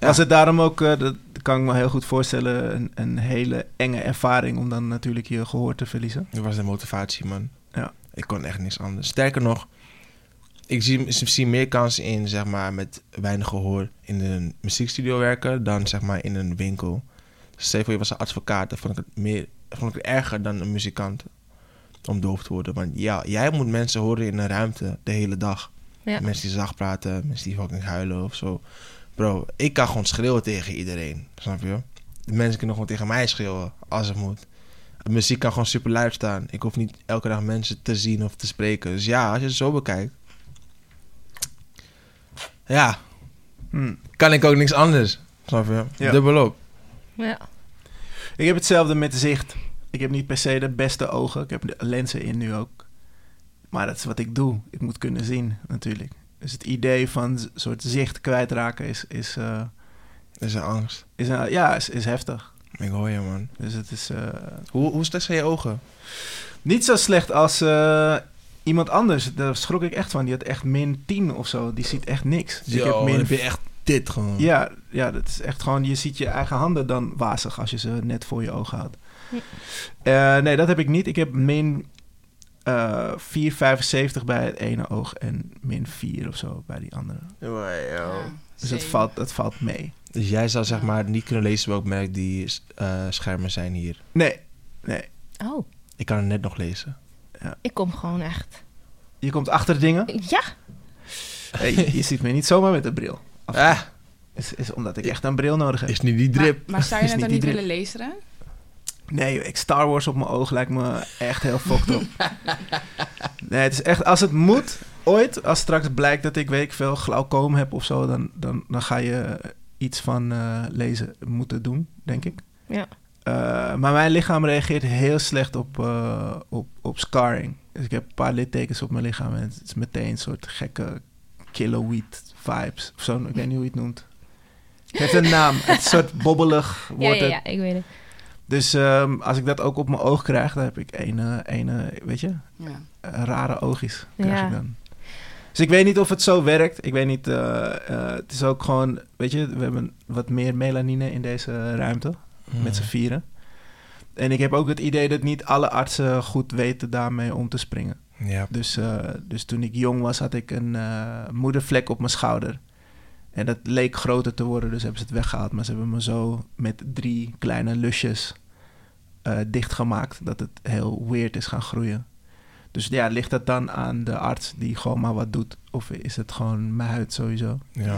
[SPEAKER 2] Was het daarom ook, eh, dat kan ik me heel goed voorstellen, een, een hele enge ervaring om dan natuurlijk je gehoor te verliezen?
[SPEAKER 4] Dat was de motivatie, man.
[SPEAKER 2] Ja.
[SPEAKER 4] Ik kon echt niks anders. Sterker nog, ik zie, zie meer kans in, zeg maar, met weinig gehoor in een muziekstudio werken dan, zeg maar, in een winkel. Dus stel je voor, je was een advocaat, dan vond ik het, meer, vond ik het erger dan een muzikant om doof te worden. Want ja, jij moet mensen horen in een ruimte de hele dag.
[SPEAKER 3] Ja.
[SPEAKER 4] Mensen die zacht praten, mensen die fucking huilen of zo. Bro, ik kan gewoon schreeuwen tegen iedereen, snap je? De mensen kunnen gewoon tegen mij schreeuwen, als het moet. De muziek kan gewoon super live staan. Ik hoef niet elke dag mensen te zien of te spreken. Dus ja, als je het zo bekijkt. Ja,
[SPEAKER 2] Hmm.
[SPEAKER 4] kan ik ook niks anders. Snap je?
[SPEAKER 2] Ja.
[SPEAKER 4] Dubbelop.
[SPEAKER 3] Ja.
[SPEAKER 2] Ik heb hetzelfde met zicht. Ik heb niet per se de beste ogen. Ik heb de lenzen in nu ook. Maar dat is wat ik doe. Ik moet kunnen zien, natuurlijk. Dus het idee van z- soort zicht kwijtraken is, is, eh,
[SPEAKER 4] Dat is een angst.
[SPEAKER 2] is, een- ja, is, is heftig.
[SPEAKER 4] Ik hoor je, man.
[SPEAKER 2] Dus het is eh,
[SPEAKER 4] Hoe, hoe slecht zijn je ogen?
[SPEAKER 2] niet zo slecht als eh, iemand anders. Daar schrok ik echt van. Die had echt min 10 of zo. Die ziet echt niks. Dus
[SPEAKER 4] Yo,
[SPEAKER 2] ik heb min
[SPEAKER 4] dan ben je echt dit gewoon.
[SPEAKER 2] Ja, ja, dat is echt gewoon, je ziet je eigen handen dan wazig als je ze net voor je ogen houdt.
[SPEAKER 3] Ja.
[SPEAKER 2] Eh, nee, dat heb ik niet. Ik heb min eh 4,75 bij het ene oog en min 4 of zo bij die andere.
[SPEAKER 4] Ja, maar, yo.
[SPEAKER 1] Ja,
[SPEAKER 2] Dus het
[SPEAKER 1] Same.
[SPEAKER 2] valt, het valt mee.
[SPEAKER 4] Dus jij zou zeg
[SPEAKER 1] Ja.
[SPEAKER 4] maar niet kunnen lezen welk merk die eh, schermen zijn hier.
[SPEAKER 2] Nee, nee.
[SPEAKER 3] Oh,
[SPEAKER 4] Ik kan het net nog lezen.
[SPEAKER 3] ik kom gewoon echt.
[SPEAKER 2] Je komt achter dingen.
[SPEAKER 3] Ja,
[SPEAKER 2] Hey, je ziet me niet zomaar met een bril. Af-
[SPEAKER 4] Ah,
[SPEAKER 2] Is, is omdat ik echt een bril nodig heb.
[SPEAKER 4] is niet die drip.
[SPEAKER 1] Maar, maar zou je
[SPEAKER 2] Is
[SPEAKER 1] het dan
[SPEAKER 2] niet
[SPEAKER 1] niet
[SPEAKER 2] die
[SPEAKER 1] willen lezen?
[SPEAKER 2] Nee, joh, ik Star Wars op mijn oog lijkt me echt heel fucked op. Nee, het is echt, als het moet, ooit, als straks blijkt dat ik weet ik veel glaucoom heb of zo, dan, dan, dan ga je iets van eh, lezen moeten doen, denk ik.
[SPEAKER 3] Ja.
[SPEAKER 2] Eh, maar mijn lichaam reageert heel slecht op, eh, op, op scarring. Dus ik heb een paar littekens op mijn lichaam en het is meteen een soort gekke kiloweed vibes of zo. Ik weet niet hoe je het noemt. Het heeft een naam. Het is een soort bobbelig
[SPEAKER 3] ja,
[SPEAKER 2] wordt
[SPEAKER 3] ja,
[SPEAKER 2] het.
[SPEAKER 3] ja, ik weet het.
[SPEAKER 2] Dus ehm, als ik dat ook op mijn oog krijg, dan heb ik een, eh, een eh, weet je,
[SPEAKER 1] Ja.
[SPEAKER 2] eh, rare oogjes krijg
[SPEAKER 3] Ja.
[SPEAKER 2] ik dan. Dus ik weet niet of het zo werkt. Ik weet niet, eh, eh, het is ook gewoon, weet je, we hebben wat meer melanine in deze ruimte, Ah, met
[SPEAKER 4] Mm.
[SPEAKER 2] z'n vieren. En ik heb ook het idee dat niet alle artsen goed weten daarmee om te springen.
[SPEAKER 4] Ja.
[SPEAKER 2] Dus, eh, dus toen ik jong was, had ik een eh, moedervlek op mijn schouder. En dat leek groter te worden, dus hebben ze het weggehaald. Maar ze hebben me zo met drie kleine lusjes eh, dichtgemaakt dat het heel weird is gaan groeien. Dus ja, ligt dat dan aan de arts die gewoon maar wat doet? Of is het gewoon mijn huid sowieso?
[SPEAKER 4] ja.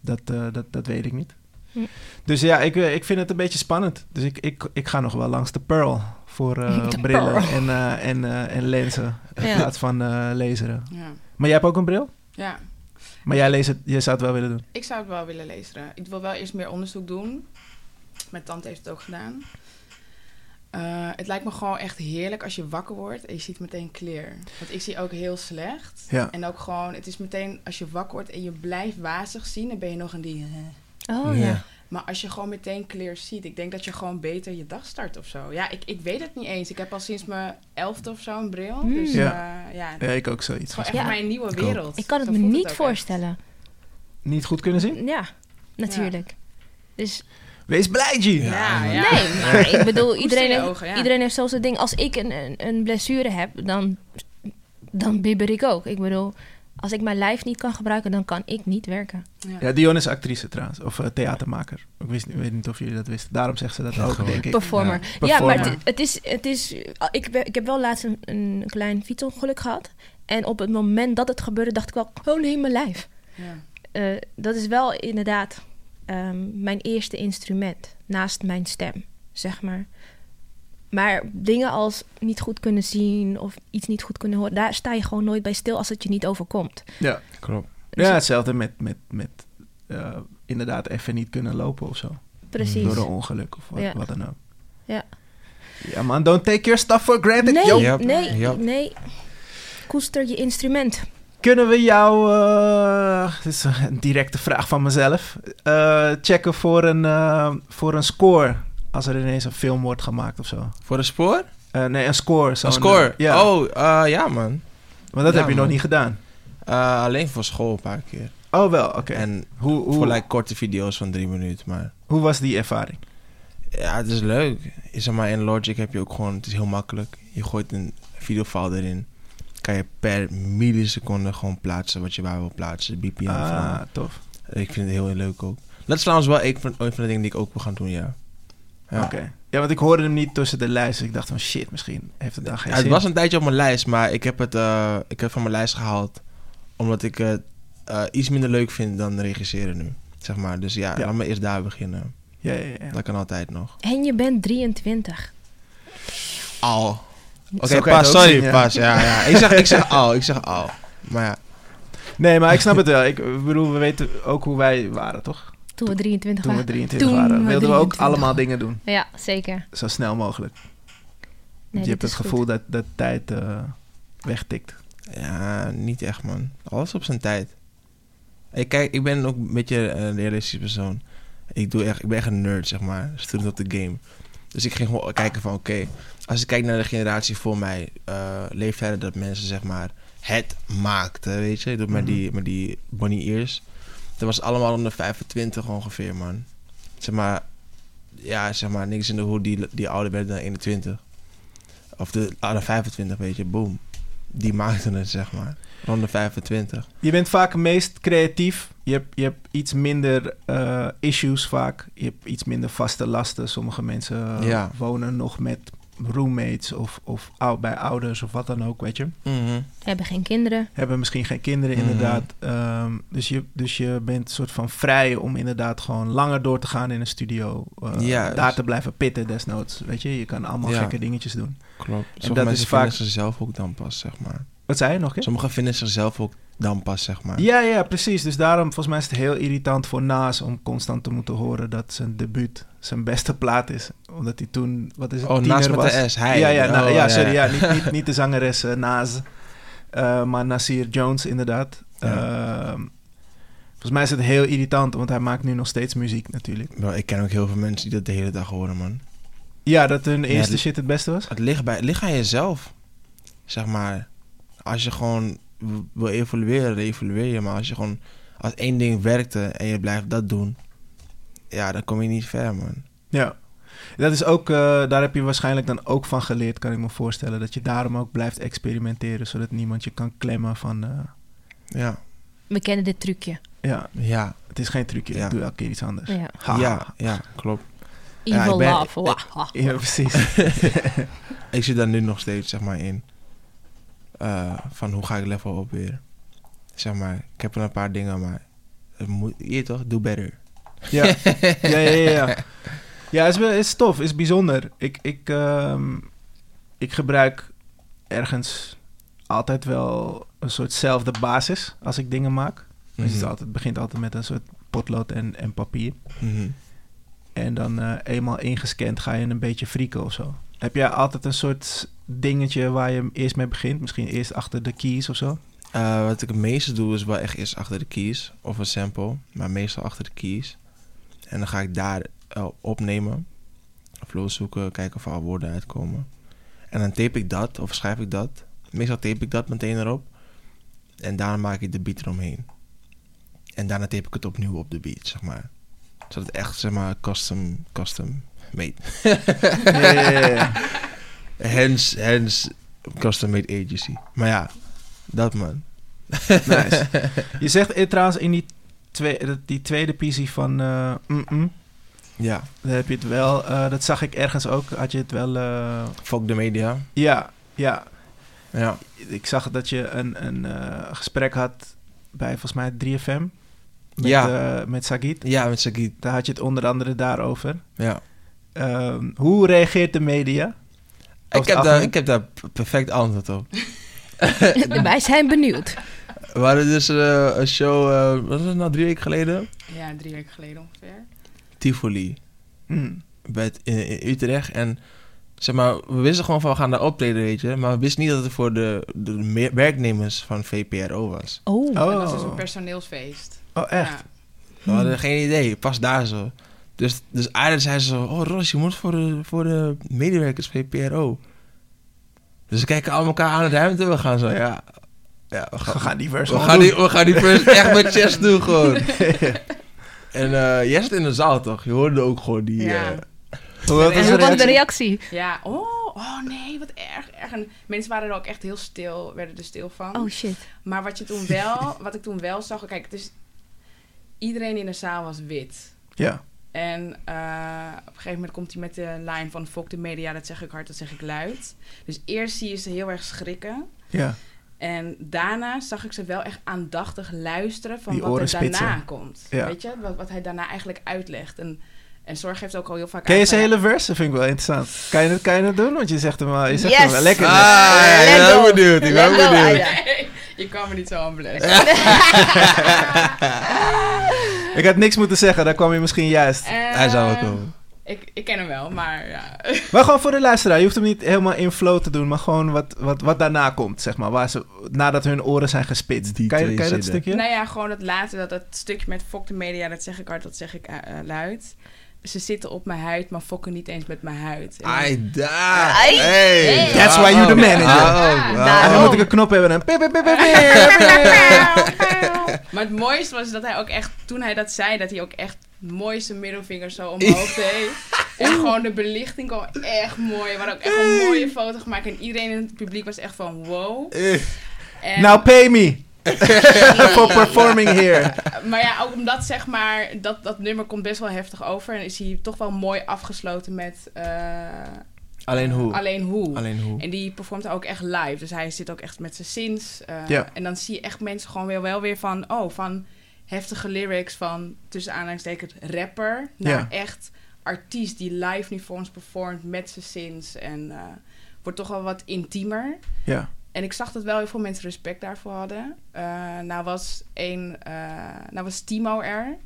[SPEAKER 2] Dat, eh, dat, dat weet ik niet.
[SPEAKER 3] Hm.
[SPEAKER 2] Dus ja, ik, eh, ik vind het een beetje spannend. Dus ik, ik, ik ga nog wel langs de Pearl voor eh,
[SPEAKER 3] De
[SPEAKER 2] brillen
[SPEAKER 3] Pearl.
[SPEAKER 2] En, eh, en, eh, en lenzen in
[SPEAKER 3] Ja.
[SPEAKER 2] plaats van eh, laseren.
[SPEAKER 1] Ja.
[SPEAKER 2] Maar jij hebt ook een bril?
[SPEAKER 1] ja.
[SPEAKER 2] Maar jij, leest het, jij zou het wel willen doen.
[SPEAKER 1] Ik zou het wel willen lezen. Ik wil wel eerst meer onderzoek doen. Mijn tante heeft het ook gedaan. Eh, het lijkt me gewoon echt heerlijk als je wakker wordt en je ziet meteen kleur. Want ik zie ook heel slecht.
[SPEAKER 2] Ja.
[SPEAKER 1] En ook gewoon, het is meteen als je wakker wordt en je blijft wazig zien, dan ben je nog een die. eh.
[SPEAKER 3] Oh ja.
[SPEAKER 4] Ja.
[SPEAKER 1] Maar als je gewoon meteen kleur ziet, ik denk dat je gewoon beter je dag start of zo. Ja, ik, ik weet het niet eens. Ik heb al sinds mijn elfde of zo een bril.
[SPEAKER 3] Hmm.
[SPEAKER 1] Dus
[SPEAKER 2] Ja.
[SPEAKER 1] ja, ja
[SPEAKER 2] Ja,
[SPEAKER 1] het
[SPEAKER 2] ik ook zoiets.
[SPEAKER 1] is gewoon
[SPEAKER 2] Gewoon
[SPEAKER 1] echt
[SPEAKER 3] Ja.
[SPEAKER 1] mijn nieuwe
[SPEAKER 2] Ik ook.
[SPEAKER 1] wereld.
[SPEAKER 3] Ik kan het
[SPEAKER 1] Zo
[SPEAKER 3] me
[SPEAKER 1] voelt
[SPEAKER 3] niet
[SPEAKER 1] ook
[SPEAKER 3] voorstellen.
[SPEAKER 2] Niet goed kunnen zien?
[SPEAKER 3] Ja, natuurlijk. Dus
[SPEAKER 2] Wees blij, G!
[SPEAKER 1] echt.
[SPEAKER 4] Ja,
[SPEAKER 1] Ja, ja.
[SPEAKER 3] nee, maar ik bedoel, iedereen,
[SPEAKER 1] in je
[SPEAKER 3] heeft-
[SPEAKER 1] ogen, ja.
[SPEAKER 3] iedereen heeft zelfs het ding. Als ik een, een, een blessure heb, dan, dan bibber ik ook. Ik bedoel, als ik mijn lijf niet kan gebruiken, dan kan ik niet werken.
[SPEAKER 2] Ja, Dion is actrice trouwens. Of eh, theatermaker. Ik wist, niet- weet niet of jullie dat wisten. Daarom zegt ze dat
[SPEAKER 4] Ja,
[SPEAKER 2] ook,
[SPEAKER 4] gewoon.
[SPEAKER 2] denk ik.
[SPEAKER 3] Performer. Ja,
[SPEAKER 2] Performer.
[SPEAKER 3] maar het, het is. Het is ik, ben- ik heb wel laatst een, een klein fietsongeluk gehad. En op het moment dat het gebeurde, dacht ik wel: oh nee, mijn lijf.
[SPEAKER 1] Ja.
[SPEAKER 3] Eh, dat is wel inderdaad ehm, mijn eerste instrument naast mijn stem, zeg maar. Maar dingen als niet goed kunnen zien of iets niet goed kunnen horen, daar sta je gewoon nooit bij stil als het je niet overkomt. Dus
[SPEAKER 2] Ja.
[SPEAKER 4] Klopt.
[SPEAKER 2] ja, hetzelfde met, met, met eh, inderdaad even niet kunnen lopen of zo.
[SPEAKER 3] Precies.
[SPEAKER 2] Door een ongeluk of wat,
[SPEAKER 3] Ja.
[SPEAKER 2] wat dan ook.
[SPEAKER 3] Ja.
[SPEAKER 2] Ja, man, don't take your stuff for granted.
[SPEAKER 3] Nee,
[SPEAKER 2] Yo.
[SPEAKER 4] Ja. Yep,
[SPEAKER 3] nee,
[SPEAKER 4] yep.
[SPEAKER 3] nee. Koester je instrument.
[SPEAKER 2] Kunnen we jou, eh, dit is een directe vraag van mezelf, eh, checken voor een, eh, voor een score als er ineens een film wordt gemaakt of zo?
[SPEAKER 4] Voor een spoor?
[SPEAKER 2] Eh, nee, een score. zo'n,
[SPEAKER 4] Een score?
[SPEAKER 2] eh, ja,
[SPEAKER 4] Oh, eh, ja man.
[SPEAKER 2] maar dat
[SPEAKER 4] ja,
[SPEAKER 2] heb je nog
[SPEAKER 4] man.
[SPEAKER 2] niet gedaan.
[SPEAKER 4] Eh, alleen voor school een paar keer.
[SPEAKER 2] Oh wel, oké.
[SPEAKER 4] En
[SPEAKER 2] Hoe, hoe,
[SPEAKER 4] voor like, korte video's van drie minuten. Maar
[SPEAKER 2] hoe was die ervaring?
[SPEAKER 4] ja, het is leuk. Is er maar in Logic heb je ook gewoon, het is heel makkelijk. Je gooit een videofile erin. Kan je per milliseconde gewoon plaatsen wat je waar wil plaatsen. BPM veranderen.
[SPEAKER 2] ah, tof.
[SPEAKER 4] Ik vind het heel, heel leuk ook. Dat is trouwens wel een van, een van de dingen die ik ook wil gaan doen, ja. Ja,
[SPEAKER 2] Oké. Ja, want ik hoorde hem niet tussen de lijst. Dus ik dacht van shit, misschien heeft het daar geen
[SPEAKER 4] Ja, het
[SPEAKER 2] zin.
[SPEAKER 4] was een tijdje op mijn lijst, maar ik heb het eh, ik heb van mijn lijst gehaald. Omdat ik het eh, iets minder leuk vind dan regisseren nu. Zeg maar. Dus ja,
[SPEAKER 2] Ja.
[SPEAKER 4] laat me eerst daar beginnen.
[SPEAKER 2] Ja, ja, ja.
[SPEAKER 4] Dat kan altijd nog.
[SPEAKER 3] En je bent 23.
[SPEAKER 4] Al. Oké,
[SPEAKER 2] kan je het
[SPEAKER 4] pas.
[SPEAKER 2] ook
[SPEAKER 4] Sorry,
[SPEAKER 2] zien, ja.
[SPEAKER 4] pas. Ja, ja. Ik zeg, ik zeg al. Ik zeg al. Maar ja.
[SPEAKER 2] Nee, maar ik snap het wel. Ik bedoel, we weten ook hoe wij waren, toch?
[SPEAKER 3] Toen we 23
[SPEAKER 2] Toen we
[SPEAKER 3] waren.
[SPEAKER 2] 23
[SPEAKER 3] Toen
[SPEAKER 2] waren,
[SPEAKER 3] we
[SPEAKER 2] wilden we ook
[SPEAKER 3] 23
[SPEAKER 2] allemaal dingen doen.
[SPEAKER 3] Ja, zeker.
[SPEAKER 2] Zo snel mogelijk.
[SPEAKER 3] Nee, dit
[SPEAKER 2] je hebt het
[SPEAKER 3] is goed.
[SPEAKER 2] gevoel dat, dat tijd eh, wegtikt.
[SPEAKER 4] Ja, niet echt, man. Alles op zijn tijd. Ik, kijk, ik ben ook een beetje een realistisch persoon. Ik, doe echt, ik ben echt een nerd, zeg maar. Student op de game. Dus ik ging gewoon kijken van, oké... als ik kijk naar de generatie voor mij... eh leeftijden dat mensen, zeg maar... het maakten, weet je? Met, die, met die bunny ears. Dat was allemaal onder 25 ongeveer, man. Zeg maar... Ja, zeg maar, niks in de hoed die, die ouder werd dan 21. Of de ouder 25, weet je, boom. Die maakten het, zeg maar. rond de 25.
[SPEAKER 2] Je bent vaak het meest creatief. Je hebt, je hebt iets minder eh, issues vaak. Je hebt iets minder vaste lasten. Sommige mensen eh,
[SPEAKER 4] Ja.
[SPEAKER 2] wonen nog met roommates of, of ou- bij ouders of wat dan ook, weet je.
[SPEAKER 3] Hebben geen kinderen.
[SPEAKER 2] Hebben misschien geen kinderen
[SPEAKER 4] Mhm.
[SPEAKER 2] inderdaad. Ehm, dus, je, dus je bent soort van vrij om inderdaad gewoon langer door te gaan in een studio. eh,
[SPEAKER 4] Juist.
[SPEAKER 2] Daar te blijven pitten desnoods, weet je. Je kan allemaal
[SPEAKER 4] dus Ja.
[SPEAKER 2] gekke dingetjes doen.
[SPEAKER 4] Klopt. Sommige
[SPEAKER 2] dat
[SPEAKER 4] mensen
[SPEAKER 2] is
[SPEAKER 4] vinden
[SPEAKER 2] vaak-
[SPEAKER 4] zichzelf ook dan pas, zeg maar.
[SPEAKER 2] Wat zei je nog? Kim?
[SPEAKER 4] Sommigen vinden zichzelf ook dan pas, zeg maar.
[SPEAKER 2] Ja, ja, precies. Dus daarom, volgens mij is het heel irritant voor Naas om constant te moeten horen dat zijn debuut zijn beste plaat is. Omdat hij toen, wat is het,
[SPEAKER 4] Oh,
[SPEAKER 2] tiener
[SPEAKER 4] naast met
[SPEAKER 2] was.
[SPEAKER 4] de S. Hij.
[SPEAKER 2] ja, ja, nou,
[SPEAKER 4] Oh,
[SPEAKER 2] ja, sorry, ja. niet, niet, niet de zangeres eh, Naas, Eh, maar Nasir Jones inderdaad.
[SPEAKER 4] Ja.
[SPEAKER 2] Ehm, volgens mij is het heel irritant, want hij maakt nu nog steeds muziek natuurlijk.
[SPEAKER 4] Wel, ik ken ook heel veel mensen die dat de hele dag horen, man.
[SPEAKER 2] Ja, dat hun eerste
[SPEAKER 4] die-
[SPEAKER 2] shit het beste was.
[SPEAKER 4] Het ligt, bij, het ligt aan jezelf. Zeg maar, als je gewoon w- wil evolueren, evolueer je. Maar als je gewoon, als één ding werkte en je blijft dat doen, ja, dan kom je niet ver, man.
[SPEAKER 2] Ja. Dat is ook, eh, daar heb je waarschijnlijk dan ook van geleerd, kan ik me voorstellen. Dat je daarom ook blijft experimenteren, zodat niemand je kan klemmen van... eh,
[SPEAKER 4] Ja,
[SPEAKER 3] We kennen dit trucje.
[SPEAKER 2] ja,
[SPEAKER 4] ja,
[SPEAKER 2] Het is geen trucje,
[SPEAKER 4] Ja.
[SPEAKER 2] ik doe elke keer iets anders.
[SPEAKER 3] Ja.
[SPEAKER 2] Ha.
[SPEAKER 4] ja, ja, klopt. Ja,
[SPEAKER 3] Evil
[SPEAKER 4] ik ben-
[SPEAKER 3] love. Wah, wah.
[SPEAKER 2] Ja, precies.
[SPEAKER 4] Ik zit daar nu nog steeds, zeg maar, in. Eh, van hoe ga ik level op weer? Zeg maar, ik heb er een paar dingen, maar het moet, je toch, do better.
[SPEAKER 2] ja. ja, ja, ja. Ja, ja is, wel- is tof, is bijzonder. Ik, ik, ehm, ik gebruik ergens altijd wel een soortzelfde basis als ik dingen maak. Dus het, is
[SPEAKER 4] Mhm.
[SPEAKER 2] altijd, het begint altijd met een soort potlood en, en papier.
[SPEAKER 4] Mhm.
[SPEAKER 2] En dan eh, eenmaal ingescand ga je een beetje frieken of zo. Heb jij altijd een soort dingetje waar je eerst mee begint? Misschien eerst achter de keys of zo?
[SPEAKER 4] Eh, wat ik het meeste doe is wel echt eerst achter de keys of een sample, maar meestal achter de keys. En dan ga ik daar eh, opnemen, flow zoeken, kijken of er al woorden uitkomen. En dan tape ik dat of schrijf ik dat. Meestal tape ik dat meteen erop. En daarna maak ik de beat eromheen. En daarna tape ik het opnieuw op de beat, zeg maar. Zodat het echt, zeg maar, custom, custom made.
[SPEAKER 2] Ja, ja, ja, ja.
[SPEAKER 4] Hence, hence, custom made agency. Maar ja, dat man.
[SPEAKER 2] Nice. Je zegt eh, trouwens in die, twee, dat- die tweede PC van eh, mm, mm,
[SPEAKER 4] Ja,
[SPEAKER 2] daar heb je het wel, eh, dat zag ik ergens ook, had je het wel, eh,
[SPEAKER 4] fuck de media.
[SPEAKER 2] ja, ja.
[SPEAKER 4] Ja.
[SPEAKER 2] Ik zag dat je een, een eh, gesprek had bij volgens mij 3FM met,
[SPEAKER 4] Ja.
[SPEAKER 2] eh, met Sagit.
[SPEAKER 4] Ja, met Sagit.
[SPEAKER 2] Daar had je het onder andere daarover.
[SPEAKER 4] Ja.
[SPEAKER 2] Ehm, hoe reageert de media? het
[SPEAKER 4] Ik heb, daar,
[SPEAKER 2] algemeen?
[SPEAKER 4] ik heb daar p- perfect antwoord op.
[SPEAKER 3] Wij zijn benieuwd.
[SPEAKER 4] We hadden dus eh, een show, eh, wat was het nou, drie weken geleden?
[SPEAKER 1] Ja, drie weken geleden ongeveer.
[SPEAKER 4] Tivoli.
[SPEAKER 2] Hm.
[SPEAKER 4] Bij het- in, in Utrecht. En zeg maar, we wisten gewoon van we gaan daar optreden, weet je. Maar we wisten niet dat het voor de, de me- werknemers van VPRO was.
[SPEAKER 3] Oh,
[SPEAKER 1] En dat is dus een
[SPEAKER 2] Oh.
[SPEAKER 1] personeelsfeest.
[SPEAKER 2] oh, echt?
[SPEAKER 4] We hadden geen idee, pas daar zo. Dus, dus Aarde zei zo, oh Ros, je moet voor de, voor de medewerkers VPRO. Dus we kijken allemaal elkaar aan de ruimte, we gaan zo, ja. ja we gaan,
[SPEAKER 2] We gaan die verse
[SPEAKER 4] We
[SPEAKER 2] gewoon
[SPEAKER 4] gaan,
[SPEAKER 2] doen.
[SPEAKER 4] die, we gaan die first echt met chest doen gewoon. en eh jij zit in de zaal toch? Je hoorde ook gewoon die...
[SPEAKER 1] Ja.
[SPEAKER 4] eh,
[SPEAKER 2] Hoe was
[SPEAKER 1] En
[SPEAKER 3] en
[SPEAKER 2] de
[SPEAKER 3] hoe was de
[SPEAKER 2] reactie?
[SPEAKER 3] reactie?
[SPEAKER 1] Ja. ja. Oh, oh nee, wat erg, erg. En mensen waren er ook echt heel stil, werden er stil van.
[SPEAKER 3] Oh shit.
[SPEAKER 1] Maar wat, je toen wel, wat ik toen wel zag, kijk, het is, iedereen in de zaal was wit.
[SPEAKER 2] Ja.
[SPEAKER 1] En eh, op een gegeven moment komt hij met de lijn van fok de media, dat zeg ik hard, dat zeg ik luid. Dus eerst zie je ze heel erg schrikken.
[SPEAKER 2] Ja.
[SPEAKER 1] En daarna zag ik ze wel echt aandachtig luisteren van
[SPEAKER 2] Die
[SPEAKER 1] wat er
[SPEAKER 2] oren
[SPEAKER 1] daarna
[SPEAKER 2] spitsen.
[SPEAKER 1] komt.
[SPEAKER 2] Ja.
[SPEAKER 1] Weet je, wat, wat hij daarna eigenlijk uitlegt. En, en Zorg heeft ook al heel vaak...
[SPEAKER 2] Ken je
[SPEAKER 1] uit
[SPEAKER 2] zijn
[SPEAKER 1] van,
[SPEAKER 2] hele verse? Dat vind ik wel interessant. Kan je dat, kan je dat doen? Want je zegt hem wel, je zegt
[SPEAKER 3] Yes!
[SPEAKER 2] hem wel lekker.
[SPEAKER 4] Ah,
[SPEAKER 2] net.
[SPEAKER 4] ja, ik
[SPEAKER 3] Let
[SPEAKER 4] ben
[SPEAKER 3] go.
[SPEAKER 4] ook benieuwd. Ik ben ook
[SPEAKER 3] Let go,
[SPEAKER 4] benieuwd.
[SPEAKER 3] Aida.
[SPEAKER 1] ja, je kan me niet zo aan bless.
[SPEAKER 2] Ik had niks moeten zeggen, daar kwam je misschien juist.
[SPEAKER 4] Hij zou wel komen.
[SPEAKER 1] Eh, Ik, ik ken hem wel, maar ja.
[SPEAKER 2] Maar gewoon voor de luisteraar, je hoeft hem niet helemaal in flow te doen, maar gewoon wat, wat, wat daarna komt, zeg maar. Waar ze, nadat hun oren zijn gespitst.
[SPEAKER 4] Die
[SPEAKER 2] kan je,
[SPEAKER 4] twee
[SPEAKER 2] kan je dat
[SPEAKER 4] zinnen.
[SPEAKER 2] stukje?
[SPEAKER 1] Nou ja, gewoon dat laatste, dat, dat stukje met fok de media, dat zeg ik hard, dat zeg ik eh, eh, luid. Ze zitten op mijn huid, maar fokken niet eens met mijn huid. En-
[SPEAKER 4] Aida.
[SPEAKER 3] Ai.
[SPEAKER 4] Hey.
[SPEAKER 2] That's why you the manager.
[SPEAKER 4] Ah,
[SPEAKER 2] En
[SPEAKER 3] Daarom.
[SPEAKER 2] dan moet ik een knop hebben en dan pip, pip, pip, pip, pip,
[SPEAKER 1] Maar het mooiste was dat hij ook echt, toen hij dat zei, dat hij ook echt mooi zijn middelvinger zo omhoog deed. En gewoon de belichting kwam echt mooi. We hadden ook echt een mooie foto gemaakt. En iedereen in het publiek was echt van wow.
[SPEAKER 4] Eh,
[SPEAKER 1] En-
[SPEAKER 2] Now Nou, pay me for performing here.
[SPEAKER 1] Maar ja, ook omdat zeg maar, dat, dat nummer komt best wel heftig over. En is hij toch wel mooi afgesloten met eh,
[SPEAKER 4] Alleen hoe.
[SPEAKER 1] Alleen Hoe.
[SPEAKER 4] Alleen hoe.
[SPEAKER 1] En die performt ook echt live. Dus hij zit ook echt met zijn sins. eh,
[SPEAKER 2] Ja.
[SPEAKER 1] En dan zie je echt mensen gewoon weer wel weer van... Oh, van heftige lyrics van tussen aanhalingstekens rapper... naar
[SPEAKER 2] Ja.
[SPEAKER 1] echt artiest die live nu voor ons performt met zijn sins. En eh, wordt toch wel wat intiemer.
[SPEAKER 2] Ja.
[SPEAKER 1] En ik zag dat wel heel veel mensen respect daarvoor hadden. Eh, nou, was een, eh, nou was Timo er.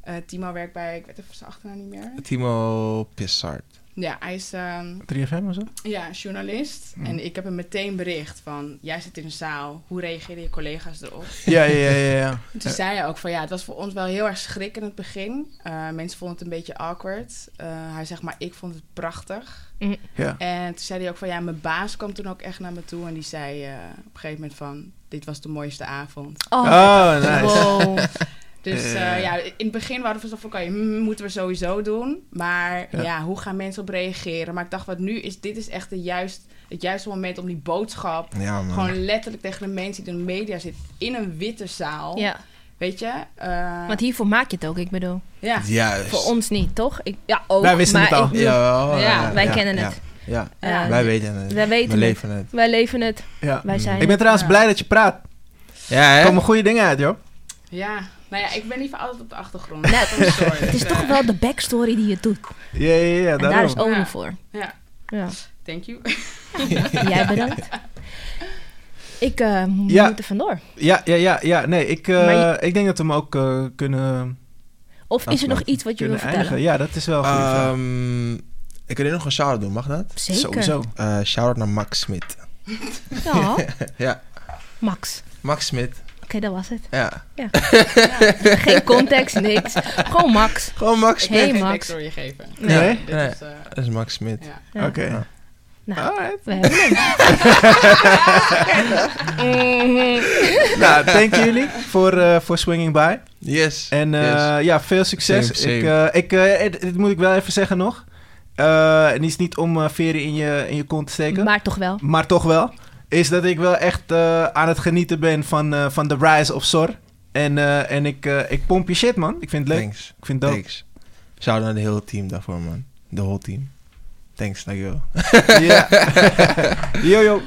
[SPEAKER 1] Eh, Timo werkt bij, ik weet even zijn achternaam niet meer.
[SPEAKER 4] Timo Pissart.
[SPEAKER 1] Ja, hij is... ehm,
[SPEAKER 2] 3FM of zo?
[SPEAKER 1] ja, journalist. En ik heb hem meteen bericht van... jij zit in een zaal, hoe reageren je collega's erop?
[SPEAKER 2] Ja, ja, ja, ja. ja.
[SPEAKER 1] En toen zei hij ook van... ja, het was voor ons wel heel erg schrik in het begin. Eh, mensen vonden het een beetje awkward. Eh, hij zegt maar, ik vond het prachtig.
[SPEAKER 2] ja.
[SPEAKER 1] En toen zei hij ook van... ja, mijn baas kwam toen ook echt naar me toe... en die zei eh, op een gegeven moment van... dit was de mooiste avond.
[SPEAKER 3] Oh,
[SPEAKER 2] Oh, nice.
[SPEAKER 3] wow.
[SPEAKER 1] Dus eh,
[SPEAKER 2] Eh.
[SPEAKER 1] ja, in het begin waren we zo van... oké, hmm, moeten we sowieso doen. Maar
[SPEAKER 2] Ja.
[SPEAKER 1] ja. hoe gaan mensen op reageren? Maar ik dacht, wat nu is... dit is echt de juist, het juiste moment om die boodschap...
[SPEAKER 4] Ja, man.
[SPEAKER 1] Gewoon letterlijk tegen de mensen die in de media zitten. In een witte
[SPEAKER 2] Oh.
[SPEAKER 1] zaal.
[SPEAKER 3] Ja,
[SPEAKER 1] Weet je? Eh,
[SPEAKER 3] want hiervoor maak je het ook, ik bedoel.
[SPEAKER 1] ja.
[SPEAKER 4] Juist.
[SPEAKER 3] Voor ons niet, toch? Ik, ja, ook.
[SPEAKER 2] Wij wisten
[SPEAKER 3] maar
[SPEAKER 2] het al.
[SPEAKER 3] ik bedoel,
[SPEAKER 4] Jawel,
[SPEAKER 1] Ja,
[SPEAKER 3] wij kennen het.
[SPEAKER 4] Ja,
[SPEAKER 3] eh,
[SPEAKER 1] Ja.
[SPEAKER 4] wij weten het.
[SPEAKER 3] Wij weten
[SPEAKER 4] We
[SPEAKER 3] het.
[SPEAKER 4] leven het.
[SPEAKER 3] Wij leven het.
[SPEAKER 2] Ja. Mm.
[SPEAKER 3] Wij zijn
[SPEAKER 2] Ik ben trouwens
[SPEAKER 1] Ja.
[SPEAKER 2] blij dat je praat.
[SPEAKER 4] Ja,
[SPEAKER 2] Er
[SPEAKER 4] hè?
[SPEAKER 2] komen goede dingen uit, joh.
[SPEAKER 1] ja. Nou ja, ik ben liever altijd op de achtergrond.
[SPEAKER 3] Nou,
[SPEAKER 1] Van sorry.
[SPEAKER 3] Het is
[SPEAKER 1] Eh,
[SPEAKER 3] toch wel de backstory die je doet.
[SPEAKER 2] Ja, ja, ja.
[SPEAKER 3] En daar is
[SPEAKER 2] Daarom.
[SPEAKER 3] Owen
[SPEAKER 1] Ja.
[SPEAKER 3] voor.
[SPEAKER 1] Ja,
[SPEAKER 3] Ja.
[SPEAKER 1] thank you.
[SPEAKER 3] Jij bedankt. Ik eh,
[SPEAKER 2] Ja.
[SPEAKER 3] moet er vandoor.
[SPEAKER 2] Ja, ja, ja, ja. Nee, ik, eh,
[SPEAKER 3] Maar je-
[SPEAKER 2] ik denk dat we hem ook eh, kunnen,
[SPEAKER 3] Of is er nog
[SPEAKER 4] Afsluiten.
[SPEAKER 3] iets wat je wil
[SPEAKER 2] Nou, kunnen
[SPEAKER 3] vertellen?
[SPEAKER 2] eindigen. Ja, dat is wel een goede vraag.
[SPEAKER 4] Ehm, ik wil nog een shout-out doen, mag dat?
[SPEAKER 3] Zeker.
[SPEAKER 2] Sowieso.
[SPEAKER 4] Eh shout-out naar Max Smit.
[SPEAKER 3] Ja.
[SPEAKER 4] Ja.
[SPEAKER 3] Max.
[SPEAKER 4] Max Smit,
[SPEAKER 3] Oké, dat was het.
[SPEAKER 4] ja.
[SPEAKER 3] Geen context, niks. Gewoon Max.
[SPEAKER 4] Gewoon Max
[SPEAKER 1] Ik
[SPEAKER 4] Smit.
[SPEAKER 1] wil
[SPEAKER 3] Hey,
[SPEAKER 1] geen
[SPEAKER 3] Max.
[SPEAKER 1] backstory geven.
[SPEAKER 2] Nee?
[SPEAKER 1] Dit
[SPEAKER 4] Nee.
[SPEAKER 1] is... eh,
[SPEAKER 4] Dat is Max Smit.
[SPEAKER 1] ja.
[SPEAKER 3] Ja.
[SPEAKER 2] Oké.
[SPEAKER 4] Ja.
[SPEAKER 3] Nou,
[SPEAKER 2] Alright.
[SPEAKER 3] we hebben hem. Mhm.
[SPEAKER 2] Nou, dank jullie voor, eh, voor swinging by.
[SPEAKER 4] Yes.
[SPEAKER 2] En eh,
[SPEAKER 4] yes.
[SPEAKER 2] ja, veel succes.
[SPEAKER 4] Same, same.
[SPEAKER 2] Ik, eh, ik, eh, dit- dit moet ik wel even zeggen nog. Eh, en is niet om eh, veren in je, in je kont te steken.
[SPEAKER 3] Maar toch wel.
[SPEAKER 2] maar toch wel, is dat ik wel echt eh, aan het genieten ben van, eh, van de rise of Sor. En, eh, en ik, eh, ik pomp je shit, man. Ik vind het leuk.
[SPEAKER 4] Thanks.
[SPEAKER 2] Ik vind het dope.
[SPEAKER 4] Thanks. Shout-out naar de hele team daarvoor, man. De whole team. Thanks, dankjewel.
[SPEAKER 2] Ja. yo, yo.